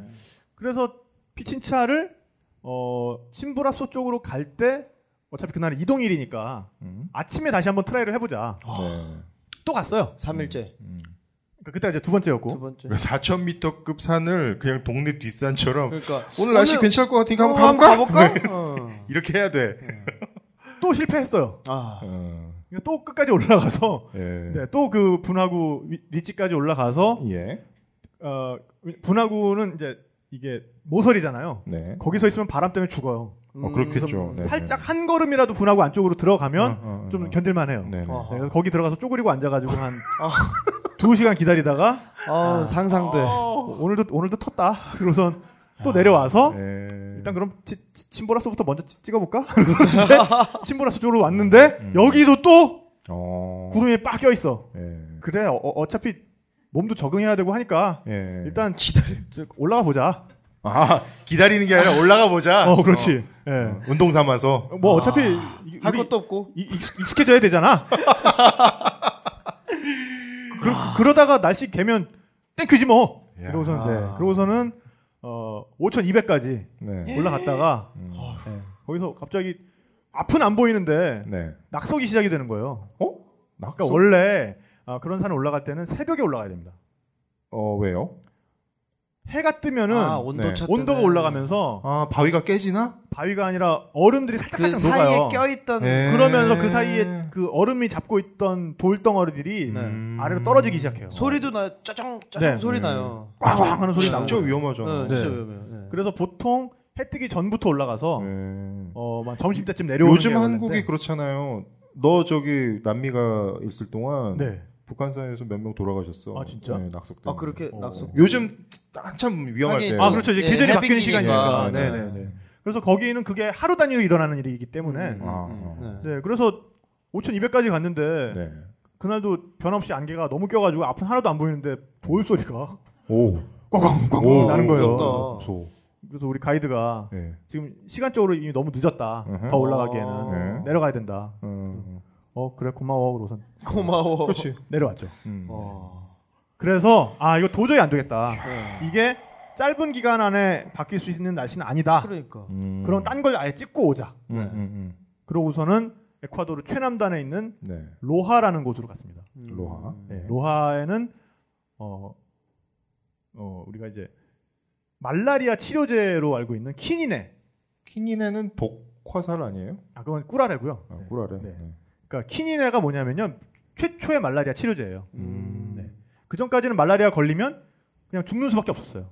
그래서 피친차를 어, 침부라소 쪽으로 갈 때 어차피 그날은 이동일이니까 음. 아침에 다시 한번 트라이를 해보자. 네. 또 갔어요. 그러니까 삼일째 음. 뭐? 그때가 이제 두 번째였고. 두 번째. 4,000m급 산을 그냥 동네 뒷산처럼 그러니까 오늘 날씨 괜찮을 것 같으니까 어, 한번 가볼까? 네. 가볼까? 어. 이렇게 해야 돼. 또 실패했어요. 아, 어, 이거 또 끝까지 올라가서 예. 또 그 분화구 위- 리치까지 올라가서 예. 어, 분화구는 이제 이게 모서리잖아요. 네. 거기서 있으면 바람 때문에 죽어요. 어, 그렇겠죠. 음, 네. 살짝 한 걸음이라도 분화구 안쪽으로 들어가면 어, 어, 어. 좀 견딜만해요. 네. 어. 네, 그래서 거기 들어가서 쪼그리고 앉아가지고 한 두 시간 기다리다가 어, 아. 상상돼. 오늘도 오늘도 텄다. 그러고선 또 내려와서 네. 예. 일단 일단 그럼 치, 치, 침보라서부터 먼저 치- 찍어볼까? 그래서 이제 침보라서 쪽으로 왔는데 음. 여기도 또 어. 구름이 빡 껴 있어. 예. 그래 어, 어- 어차피 몸도 적응해야 되고 하니까 예. 일단 기다려 올라가 보자. 아, 기다리는 게 아니라 올라가 보자. 어 그렇지. 예. 어, 운동 삼아서. 뭐 어차피 이- 할 우리 것도 없고. 이- 익숙- 익숙해져야 되잖아. 그, 그러다가 날씨 개면 땡큐지 뭐. 야. 그러고선 아. 네. 그러고서는 예. 어 5,200까지 예. 네. 올라갔다가 음. 아, 예, 거기서 갑자기 앞은 안 보이는데 네. 낙석이 시작이 되는 거예요. 어? 낙서? 그러니까 원래 아, 그런 산에 올라갈 때는 새벽에 올라가야 됩니다. 어, 왜요? 해가 뜨면은 아, 온도차 네. 온도가 때문에. 올라가면서 아, 바위가 깨지나? 바위가 아니라 얼음들이 살짝 그 살짝 사이에 네. 녹아요. 껴있던 네. 예. 그러면서 그 사이에 그 얼음이 잡고 있던 돌덩어리들이 네. 아래로 떨어지기 시작해요. 소리도 나요. 짜정 짜정 네. 소리 음. 나요. 꽝꽝 하는 소리 나고. 진짜 위험하잖아. 네, 진짜 위험해요. 네. 그래서 보통 해 뜨기 전부터 올라가서 네. 어, 막 점심 때쯤 내려오는 요즘 게 한국이 원래인데. 그렇잖아요. 너 저기 남미가 있을 동안 네. 북한산에서 몇 명 돌아가셨어. 아, 진짜? 네, 낙석 아 때문에. 그렇게 어. 낙석. 요즘 한참 위험할 하긴- 때. 아, 그렇죠. 이제 예, 계절이 바뀌는 해빙이니까. 시간이니까. 네, 네, 네, 네. 네. 그래서 거기는 그게 하루 단위로 일어나는 일이기 때문에. 음, 아, 음, 네. 네. 그래서 5,200까지 갔는데 네. 그날도 변함없이 안개가 너무 껴가지고 앞은 하나도 안 보이는데 돌 소리가 오. 꽝꽝꽝 오, 나는 거예요. 무섭다. 무서워. 그래서 우리 가이드가 네. 지금 시간적으로 이미 너무 늦었다. 으흠. 더 올라가기에는 어. 네. 내려가야 된다. 음, 어 그래 고마워 그러고선 고마워. 그렇지. 내려왔죠. 음. 어. 그래서 아 이거 도저히 안 되겠다. 네. 이게 짧은 기간 안에 바뀔 수 있는 날씨는 아니다. 그러니까. 음. 그럼 딴 걸 아예 찍고 오자. 음, 음, 음. 그러고서는 에콰도르 최남단에 있는 네. 로하라는 곳으로 갔습니다. 음. 로하. 네, 로하에는 어, 어, 우리가 이제 말라리아 치료제로 알고 있는 키니네. 키니네는 독화살 아니에요? 아 그건 꿀알레고요. 아, 꿀알에. 네. 네. 그러니까 키니네가 뭐냐면요 최초의 말라리아 치료제예요. 음. 네. 그 전까지는 말라리아 걸리면 그냥 죽는 수밖에 없었어요.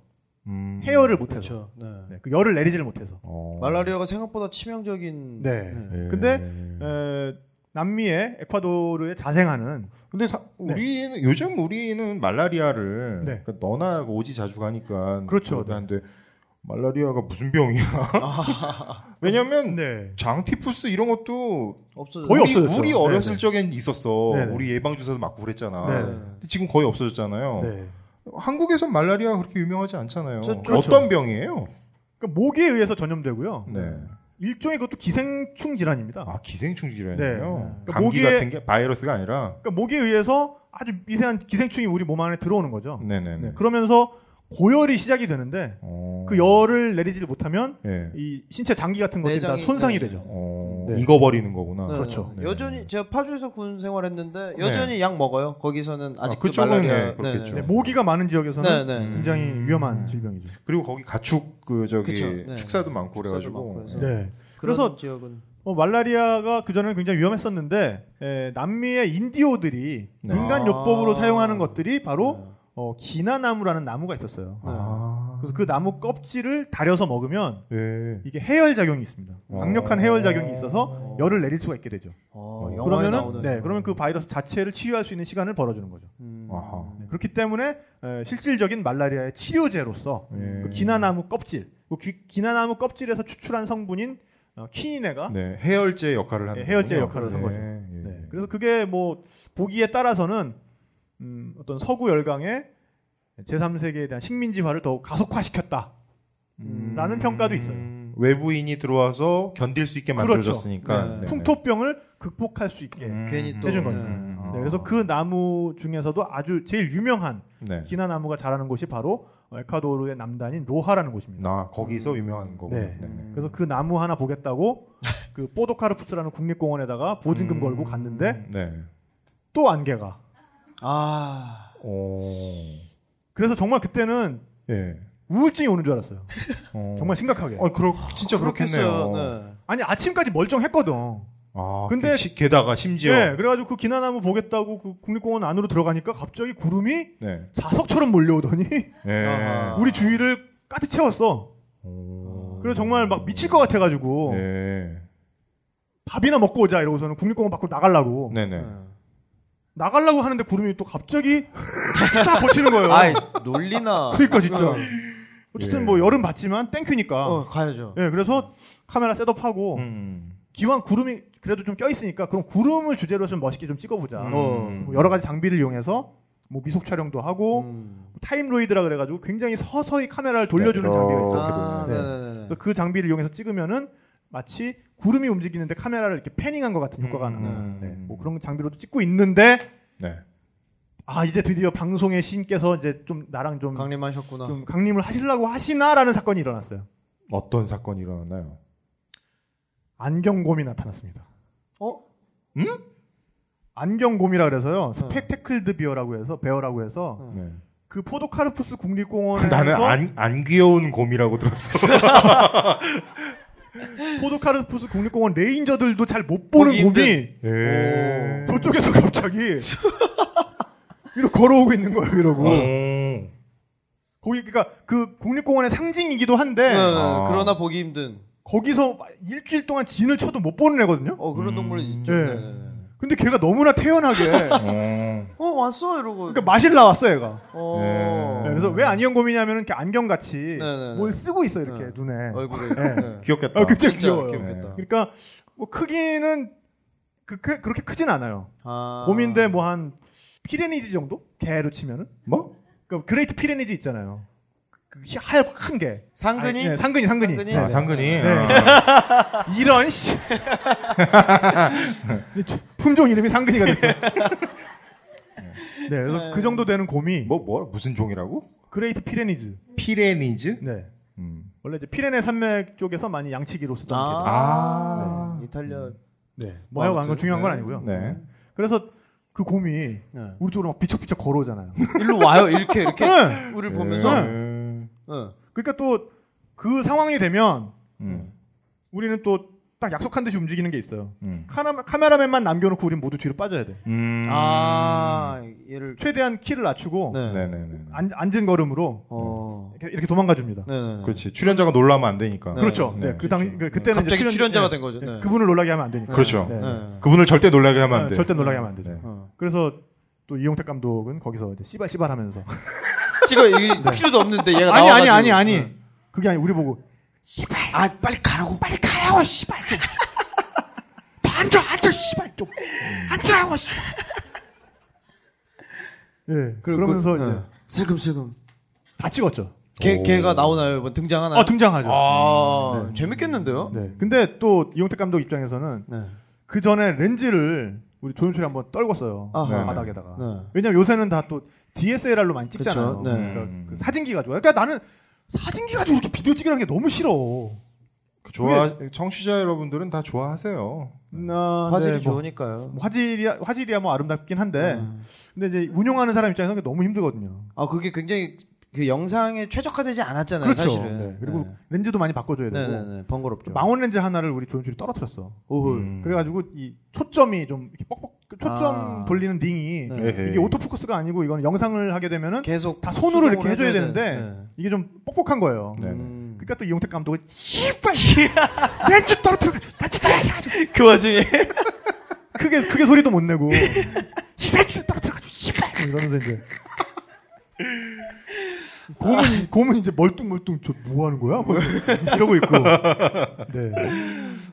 음. 헤어를 못해서. 그렇죠. 네. 네, 그 열을 내리질 못해서. 어. 말라리아가 생각보다 치명적인. 네. 예. 근데, 에, 남미의 에콰도르에 자생하는 근데 사- 우리는 요즘 우리는 말라리아를 네. 그러니까 너나 오지 자주 가니까 그렇죠. 그런데 말라리아가 무슨 병이야? 왜냐면 네. 장티푸스 이런 것도 없어져. 거의 우리, 없어졌죠. 우리 네, 어렸을 네. 적엔 있었어. 네, 네. 우리 예방 주사도 맞고 그랬잖아. 네. 근데 지금 거의 없어졌잖아요. 네. 한국에선 말라리아가 그렇게 유명하지 않잖아요. 저- 그렇죠. 어떤 병이에요? 그러니까 모기에 의해서 전염되고요. 네. 아. 일종의 그것도 기생충 질환입니다. 아 기생충 질환이에요. 네. 감기 모기에- 같은 게 바이러스가 아니라. 그러니까 모기에 의해서 아주 미세한 기생충이 우리 몸 안에 들어오는 거죠. 네네네. 네, 그러면서 고열이 시작이 되는데 어. 그 열을 내리질 못하면 예. 이 신체 장기 같은 것들이 다 내장이- 손상이 네. 되죠. 어, 네. 익어버리는 거구나. 네. 그렇죠. 네. 여전히 제가 파주에서 군 생활했는데 여전히 약 먹어요. 거기서는 아직도 그쪽은 말라리아. 네, 그렇겠죠. 네, 모기가 많은 지역에서는 네, 네. 음. 굉장히 음. 위험한 질병이죠. 그리고 거기 가축 그 저기 그쵸, 네. 축사도 많고 축사도 그래가지고 많고 그래서. 네. 그런 그래서- 지역은 어, 말라리아가 그전에는 굉장히 위험했었는데 에, 남미의 인디오들이 네. 인간 아. 요법으로 사용하는 것들이 바로 네. 어, 기나나무라는 나무가 있었어요. 아. 그래서 그 나무 껍질을 다려서 먹으면 네. 예. 이게 해열 작용이 있습니다. 강력한 해열 작용이 있어서 어. 열을 내릴 수가 있게 되죠. 어, 영화에 그러면은 나오는 네, 그러면 그 바이러스 자체를 치유할 수 있는 시간을 벌어주는 거죠. 음. 아하. 네, 그렇기 때문에 에, 실질적인 말라리아의 치료제로서 예. 음. 그 기나나무 껍질, 그 기, 기나나무 껍질에서 추출한 성분인 어, 키니네가 네 해열제 역할을 하는 네, 해열제 거군요. 역할을 한 예, 거죠. 예. 네, 그래서 그게 뭐 보기에 따라서는 음, 어떤 서구 열강의 제3세계에 대한 식민지화를 더욱 가속화시켰다. 음. 라는 평가도 있어요. 외부인이 들어와서 견딜 수 있게 그렇죠. 만들어졌으니까 네. 풍토병을 극복할 수 있게. 음. 괜히 또 해준 거니까. 네. 네, 그래서 그 나무 중에서도 아주 제일 유명한 네. 기나나무가 자라는 곳이 바로 에콰도르의 남단인 로하라는 곳입니다. 나 거기서 유명한 거고. 네. 음. 그래서 그 나무 하나 보겠다고 그 포도카르푸스라는 음. 네. 국립공원에다가 보증금 걸고 갔는데 네. 또 안개가 아. 어. 그래서 정말 그때는 예. 우울증이 오는 줄 알았어요. 어. 정말 심각하게. 아, 그렇 진짜 그렇겠어요. 그렇겠네요. 네. 아니 아침까지 멀쩡했거든. 아, 근데- 근데 게다가 심지어 예, 네. 그래가지고 그 기나나무 보겠다고 그 국립공원 안으로 들어가니까 갑자기 구름이 자석처럼 몰려오더니 예. 아하. 우리 주위를 가득 채웠어. 오. 그래서 정말 막 미칠 것 같아가지고 네. 밥이나 먹고 오자 이러고서는 국립공원 밖으로 나가려고 네, 네. 네. 나가려고 하는데 구름이 또 갑자기 싹 버치는 거예요. 아이 논리나. 어. 그러니까 진짜. 어, 어쨌든 예. 뭐 여름 봤지만 땡큐니까. 어 가야죠. 예, 그래서 카메라 셋업하고 음. 기왕 구름이 그래도 좀 껴있으니까 그럼 구름을 주제로 좀 멋있게 좀 찍어보자. 음. 뭐 여러 가지 장비를 이용해서 뭐 미속 촬영도 하고 음. 음. 타임로이드라 그래가지고 굉장히 서서히 카메라를 돌려주는 네, 장비가 있어요. 이렇게 아, 돌리네. 네네네. 그래서 그 장비를 이용해서 찍으면은 마치 구름이 움직이는데 카메라를 이렇게 패닝한 것 같은 효과가 음, 나는 음, 네, 음. 뭐 그런 장비로도 찍고 있는데 네. 아 이제 드디어 방송의 신께서 이제 좀 나랑 좀, 강림하셨구나. 좀 강림을 하시려고 하시나라는 사건이 일어났어요. 어떤 사건이 일어났나요? 안경곰이 나타났습니다. 어? 안경곰이라 그래서요 스펙테클드 비어라고 해서 베어라고 해서 어. 아, 네. 그 포도카르푸스 국립공원에서 나는 안, 안 귀여운 곰이라고 들었어. 포도카르푸스 국립공원 레인저들도 잘 못 보는 보기 네. 곰이 예. 저쪽에서 갑자기 이러 걸어오고 있는 거예요 이러고 오. 거기 그러니까 그 국립공원의 상징이기도 한데 네, 네, 어. 아. 그러나 보기 힘든. 거기서 일주일 동안 진을 쳐도 못 보는 애거든요. 어 그런 음. 동물은 있죠. 네. 네네네. 근데 걔가 너무나 태연하게 오. 어 왔어 이러고. 그러니까 마실 나왔어 얘가. 어. 네. 네, 그래서 왜 안경곰이냐면은 이렇게 안경같이 네네네. 뭘 쓰고 있어 이렇게 네. 눈에. 얼굴에. 네. 네. 귀엽겠다. 아, 굉장히 진짜 귀여워요. 귀엽겠다. 그러니까 뭐 크기는 그, 그, 그렇게 크진 않아요. 아. 곰인데 뭐 한 피레니지 정도? 개로 치면은 뭐? 그 그레이트 피레니지 있잖아요. 그 희- 하얗고 큰 개. 상근이. 아니, 네, 상근이 상근이. 상근이? 네. 아, 상근이. 네. 아. 이런 씨. 근데 주- 품종 이름이 상근이가 됐어. 네, 그래서 네. 그 정도 되는 곰이 뭐, 뭐, 무슨 종이라고? 그레이트 피레니즈. 피레니즈? 네. 음. 원래 이제 피레네 산맥 쪽에서 많이 양치기로 쓰던 개들. 아. 네. 이탈리아. 네. 아. 뭐 하여간 그건 중요한 건 아니고요. 네. 그래서 그 곰이 네. 우리 쪽으로 막 비척비척 걸어오잖아요. 일로 와요 이렇게 이렇게 네. 우리를 보면서. 네. 음. 네. 그러니까 또 그 상황이 되면 음. 우리는 또 딱 약속한 듯이 움직이는 게 있어요. 음. 카메라, 카메라맨만 남겨놓고 우린 모두 뒤로 빠져야 돼. 음. 아 얘를. 최대한 키를 낮추고 네. 네네네. 앉, 앉은 걸음으로 어. 이렇게, 이렇게 도망가줍니다. 네네. 그렇지. 출연자가 놀라면 안 되니까. 네. 그렇죠. 네, 네, 그 당, 그, 그때는 갑자기 이제 출연- 출연자가 네, 된 거죠. 네, 네. 그분을 놀라게 하면 안 되니까. 그렇죠. 네, 네. 네. 그분을 절대 놀라게 하면 아, 안 돼. 절대 놀라게 하면 안 되죠. 네. 어. 그래서 또 이용택 감독은 거기서 이제 씨발 씨발 하면서 찍어 이 필요도 없는데 얘가 네. 아니 아니 나와가지고. 아니 아니 네. 그게 아니 우리 보고 아 빨리 가라고 빨리 가라고 씨발 좀. 앉아 앉아 씨발 좀 앉으라고 씨발. 예 그러면서 이제 슬금슬금 다 찍었죠. 걔 오. 걔가 네. 나오나요? 뭐 등장하나요? 아 등장하죠. 아, 네. 재밌겠는데요? 네. 근데 또 이용택 감독 입장에서는 네. 그 전에 렌즈를 우리 조윤철이 한번 떨궜어요 아하. 바닥에다가. 네. 왜냐면 요새는 다 또 DSLR로 많이 찍잖아요. 그쵸, 네. 그러니까 그 사진기 가지고. 그러니까 나는 사진기 가지고 이렇게 비디오 찍으라는 게 너무 싫어. 그 좋아 청취자 여러분들은 다 좋아하세요. 나 네, 뭐. 화질이 좋으니까요. 화질이야 화질이야 뭐 아름답긴 한데 음. 근데 이제 운용하는 사람 입장에서는 그게 너무 힘들거든요. 아 그게 굉장히 그 영상에 최적화되지 않았잖아요, 그렇죠. 사실은. 네. 그리고 렌즈도 많이 바꿔줘야 되고 네네네 그렇죠. 번거롭죠. 망원 렌즈 하나를 우리 조윤출이 떨어뜨렸어. 오호. 음. 그래가지고 이 초점이 좀 이렇게 뻑뻑 그 초점 아. 돌리는 링이 네. 에헤이. 이게 오토포커스가 아니고 이건 영상을 하게 되면은 계속 다 손으로 수동으로 이렇게 해줘야 되는, 되는데 이게 좀 뻑뻑한 거예요. 네. 음. 그러니까 또 이용택 감독은 씨발 렌즈 떨어뜨려가지고 렌즈 떨어뜨려가지고 그 와중에 크게 크게 소리도 못 내고 렌즈 떨어뜨려가지고 씨발 이러면서 이제 곰은 곰은 이제 멀뚱멀뚱 저 뭐 하는 거야? 뭐 이러고 있고. 네.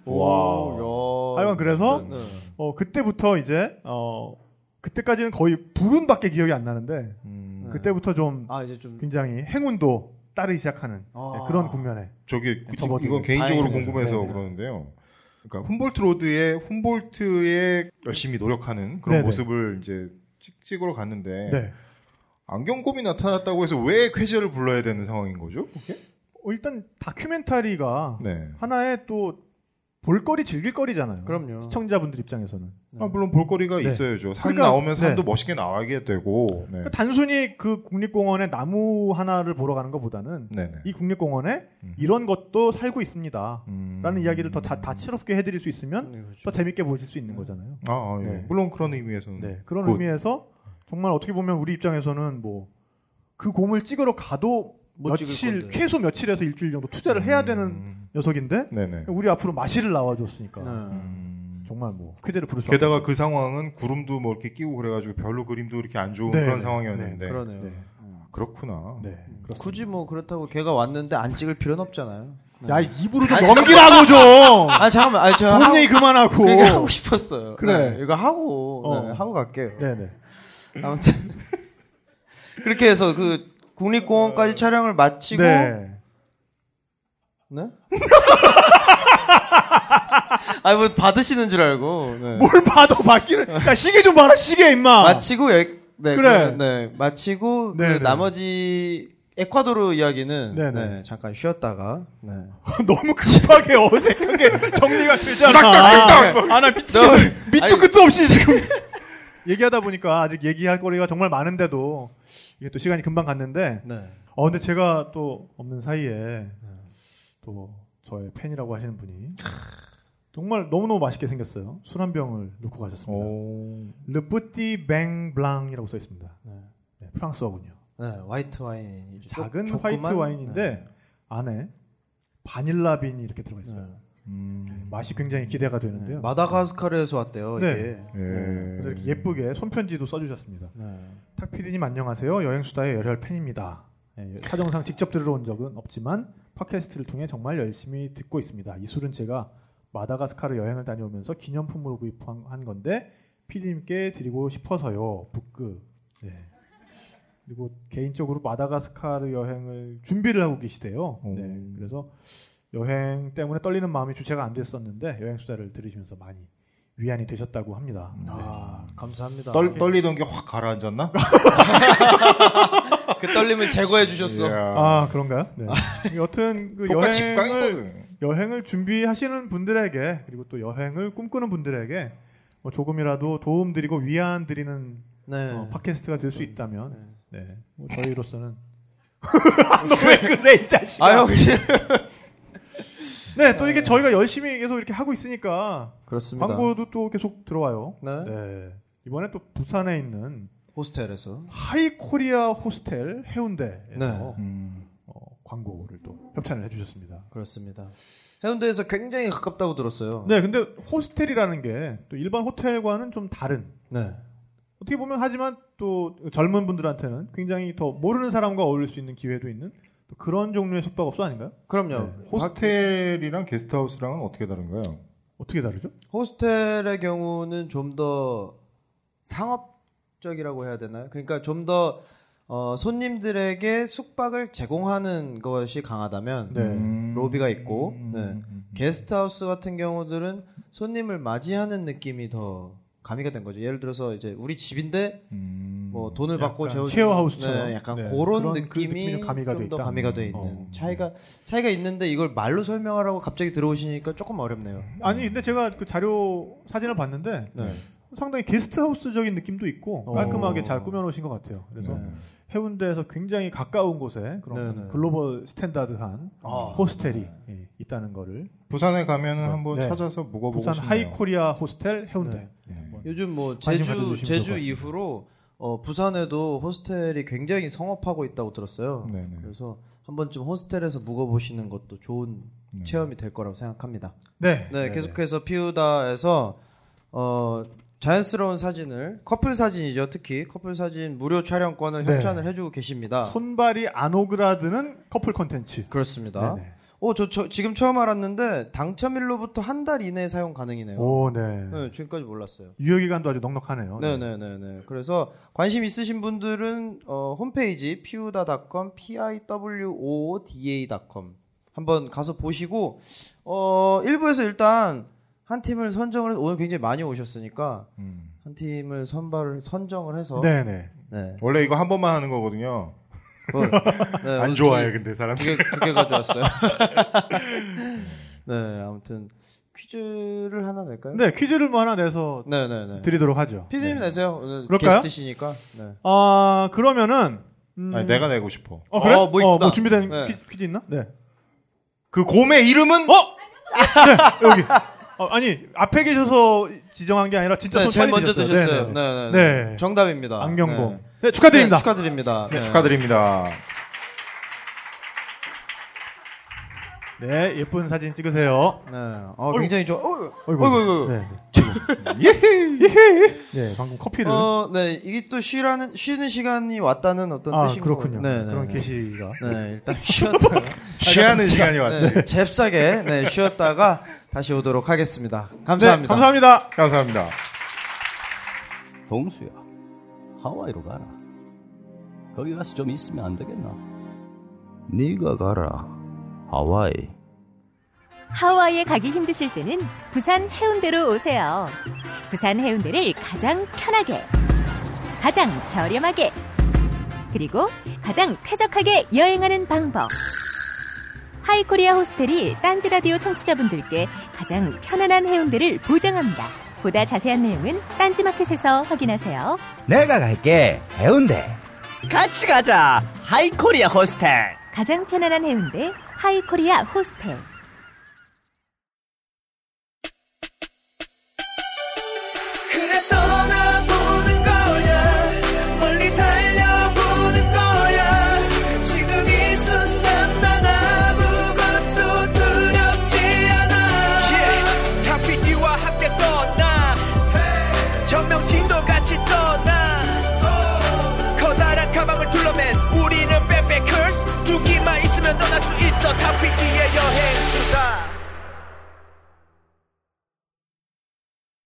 와 하여간 그래서 네. 어 그때부터 이제 어 그때까지는 거의 불운밖에 기억이 안 나는데 음. 그- 그때부터 좀 아 이제 좀 굉장히 행운도 따르기 시작하는 아. 네, 그런 국면에 저기 그- 접어드리고. 이건 개인적으로 다행이네요. 궁금해서 네, 네. 그러는데요. 그러니까 훔볼트 로드에 훔볼트에 열심히 노력하는 그런 네, 네. 모습을 이제 찍, 찍으러 갔는데 네. 안경곰이 나타났다고 해서 왜 쾌재를 불러야 되는 상황인 거죠? 그게? 어, 일단 다큐멘터리가 네. 하나의 또 볼거리 즐길거리잖아요. 그럼요. 네. 시청자분들 입장에서는 아, 물론 볼거리가 네. 있어야죠. 산 그러니까, 나오면 산도 네. 멋있게 나와야 되고. 네. 그러니까 단순히 그 국립공원에 나무 하나를 보러 가는 것보다는 네네. 이 국립공원에 음. 이런 것도 살고 있습니다. 음. 라는 이야기를 더 다, 다채롭게 해드릴 수 있으면 네, 그렇죠. 더 재밌게 보실 수 있는 거잖아요. 아, 아, 예. 네. 물론 그런 의미에서는. 네, 그런 굿. 의미에서 정말 어떻게 보면 우리 입장에서는 뭐 그 곰을 찍으러 가도 못 찍을 며칠 건데. 최소 며칠에서 일주일 정도 투자를 해야 되는 음. 녀석인데 네네. 우리 앞으로 마시를 나와줬으니까 네. 음. 정말 뭐 쾌대를 부를 수 게다가 없죠. 그 상황은 구름도 뭐 이렇게 끼고 그래가지고 별로 그림도 이렇게 안 좋은 네, 그런 네, 상황이었는데. 네. 아, 그러네요. 네. 그렇구나. 네, 그렇습니다. 굳이 뭐 그렇다고 걔가 왔는데 안 찍을 필요는 없잖아요. 네. 야 입으로 좀 아니, 넘기라고 좀 아 잠깐만, 아니 저 본 하고, 얘기 그만하고 그게 하고 싶었어요. 그래. 네, 이거 하고 네, 어. 하고 갈게요. 네네 아무튼 그렇게 해서 그 국립공원까지 촬영을 마치고 네. 네. 아니 뭐 받으시는 줄 알고 네. 뭘 봐도 바뀌는 야 시계 좀 봐라 시계 임마 마치고 예, 네, 그래. 그, 네 마치고 그 네, 네. 나머지 에콰도르 이야기는 네, 네, 네. 잠깐 쉬었다가 네. 너무 급하게 어색한 게 정리가 네. 딱딱딱딱! 되잖아 아나 미치겠어 너무- 밑도 아니- 끝도 없이 지금 얘기하다 보니까 아직 얘기할 거리가 정말 많은데도 이게 또 시간이 금방 갔는데 네. 어 근데 제가 또 없는 사이에 네, 또 저의 팬이라고 하시는 분이 정말 너무너무 맛있게 생겼어요. 술 한 병을 놓고 가셨습니다. 오. 음. 르뿌띠 뱅블랑이라고 써 있습니다. 네, 프랑스어군요. 네, 화이트 와인 작은 네. 화이트 와인인데 안에 바닐라 빈이 이렇게 들어가 있어요. 음. 맛이 굉장히 기대가 되는데요. 네. 마다가스카르에서 왔대요. 네. 이게. 예. 그래서 이렇게 예쁘게 손편지도 써주셨습니다. 네. 탁 PD님 안녕하세요. 여행수다의 열혈 팬입니다. 예, 사정상 직접 들으러 온 적은 없지만 팟캐스트를 통해 정말 열심히 듣고 있습니다. 이 술은 제가 마다가스카르 여행을 다녀오면서 기념품으로 구입한 건데 PD님께 드리고 싶어서요. 북극. 네. 그리고 개인적으로 마다가스카르 여행을 준비를 하고 계시대요. 오. 네. 그래서 여행 때문에 떨리는 마음이 주체가 안 됐었는데 여행수다를 들으시면서 많이 위안이 되셨다고 합니다. 네. 아, 감사합니다. 떨, 떨리던 게 확 가라앉았나? 그 떨림을 제거해 주셨어. 이야. 아 그런가요? 네. 여튼 그 효과 여행을 직방이거든. 여행을 준비하시는 분들에게 그리고 또 여행을 꿈꾸는 분들에게 뭐 조금이라도 도움드리고 위안드리는 네. 어, 팟캐스트가 될 수 있다면 네. 네. 뭐 저희로서는 너 왜 그래 이 자식아. 아유, 네, 또 이게 저희가 열심히 계속 이렇게 하고 있으니까 그렇습니다. 광고도 또 계속 들어와요. 네. 네. 이번에 또 부산에 있는 호스텔에서. 하이코리아 호스텔 해운대에서 네. 음. 어, 광고를 또 협찬을 해주셨습니다. 그렇습니다. 해운대에서 굉장히 가깝다고 들었어요. 네, 근데 호스텔이라는 게 또 일반 호텔과는 좀 다른. 네. 어떻게 보면 하지만 또 젊은 분들한테는 굉장히 더 모르는 사람과 어울릴 수 있는 기회도 있는 또 그런 종류의 숙박업소 아닌가요? 그럼요. 네. 호스텔이랑 게스트하우스랑은 어떻게 다른가요? 어떻게 다르죠? 호스텔의 경우는 좀 더 상업적이라고 해야 되나요? 그러니까 좀 더 어, 손님들에게 숙박을 제공하는 것이 강하다면 네. 음. 로비가 있고, 네. 음. 게스트하우스 같은 경우들은 손님을 맞이하는 느낌이 더 가미가 된 거죠. 예를 들어서 이제 우리 집인데 음. 뭐 돈을 받고 약간 재워 쉐어하우스처럼. 네, 약간 네, 그런 그런 그 느낌이 느낌이 가미가 좀 돼 더 있다. 가미가 돼 있는 어. 차이가 차이가 있는데 이걸 말로 설명하라고 갑자기 들어오시니까 조금 어렵네요. 아니 근데 제가 그 자료 사진을 봤는데 네. 상당히 게스트하우스적인 느낌도 있고 어. 깔끔하게 잘 꾸며놓으신 것 같아요. 그래서 네. 해운대에서 굉장히 가까운 곳에 그런 네, 네. 글로벌 스탠다드한 아. 호스텔이 예, 있다는 거를 부산에 가면은 네. 한번 네. 찾아서 묵어보고 부산 싶네요. 하이코리아 호스텔 해운대 네. 네. 요즘 뭐 관심 제주 가져주시면 제주 좋을 것 같습니다. 이후로 어, 부산에도 호스텔이 굉장히 성업하고 있다고 들었어요. 네, 네. 그래서 한 번쯤 호스텔에서 묵어보시는 것도 좋은 음. 네. 체험이 될 거라고 생각합니다. 네, 네, 계속해서 피우다에서 어, 자연스러운 사진을 커플 사진이죠. 특히 커플 사진 무료 촬영권을 네. 협찬을 해주고 계십니다. 손발이 안 오그라드는 커플 콘텐츠. 그렇습니다. 네네. 오, 저, 저 지금 처음 알았는데 당첨일로부터 한 달 이내에 사용 가능이네요. 오, 네. 네, 지금까지 몰랐어요. 유효 기간도 아주 넉넉하네요. 네, 네, 네, 네. 그래서 관심 있으신 분들은 어, 홈페이지 piwda.com, p i w o o d a.com 한번 가서 보시고 어, 일부에서 일단 한 팀을 선정을 해서 오늘 굉장히 많이 오셨으니까 음. 한 팀을 선발을 선정을 해서 네, 네. 네. 원래 이거 한 번만 하는 거거든요. 그걸- 네, 오늘 안 좋아해 근데 사람. 두개 두개 가져왔어요. 네, 아무튼 퀴즈를 하나 낼까요? 네, 퀴즈를 뭐 하나 내서 네, 네, 네. 드리도록 하죠. 피디님 내세요. 오늘 그럴까요? 게스트시니까. 네. 아, 그러면은 음, 아니, 내가 내고 싶어. 어, 그래? 어, 뭐 있다. 준비된 네. 퀴즈, 퀴즈 있나? 네. 그 곰의 이름은 어? 네, 여기. 어, 아니, 앞에 계셔서 지정한 게 아니라 진짜 네, 손 제일 빨리 먼저 드셨어요. 드셨어요. 네, 네, 네, 네. 네. 네. 정답입니다. 안경봉. 네. 네, 축하드립니다. 네, 축하드립니다. 네. 축하드립니다. 네, 예쁜 사진 찍으세요. 네. 어, 굉장히 좋아. 어, 어이구, 어이구, 네. 예헤이. 네, 방금 커피를. 어, 네. 이게 또 쉬라는 쉬는 시간이 왔다는 어떤 아, 뜻인 것 그렇군요. 같- 네, 네, 그런 네. 게시가. 네, 일단 쉬었다가 취하는 시간이 왔죠. 네, 잽싸게 네, 쉬었다가 다시 오도록 하겠습니다. 감사합니다. 네, 감사합니다. 감사합니다. 동수야, 하와이로 가라. 거기 가서 좀 있으면 안 되겠나? 네가 가라, 하와이. 하와이에 가기 힘드실 때는 부산 해운대로 오세요. 부산 해운대를 가장 편하게, 가장 저렴하게, 그리고 가장 쾌적하게 여행하는 방법. 하이코리아 호스텔이 딴지 라디오 청취자분들께 가장 편안한 해운대를 보장합니다. 보다 자세한 내용은 딴지 마켓에서 확인하세요. 내가 갈게 해운대 같이 가자 하이코리아 호스텔 가장 편안한 해운대 하이코리아 호스텔. 그래 떠나보는 거야 멀리 달려보는 거야 지금 이 순간 난 아무것도 두렵지 않아 탑피디와 함께 떠나 전명진도 같이 떠나 Oh. 커다란 가방을 둘러맨 우리는 백패커스 두 끼만 있으면 떠날 수 있어 탑피디의 여행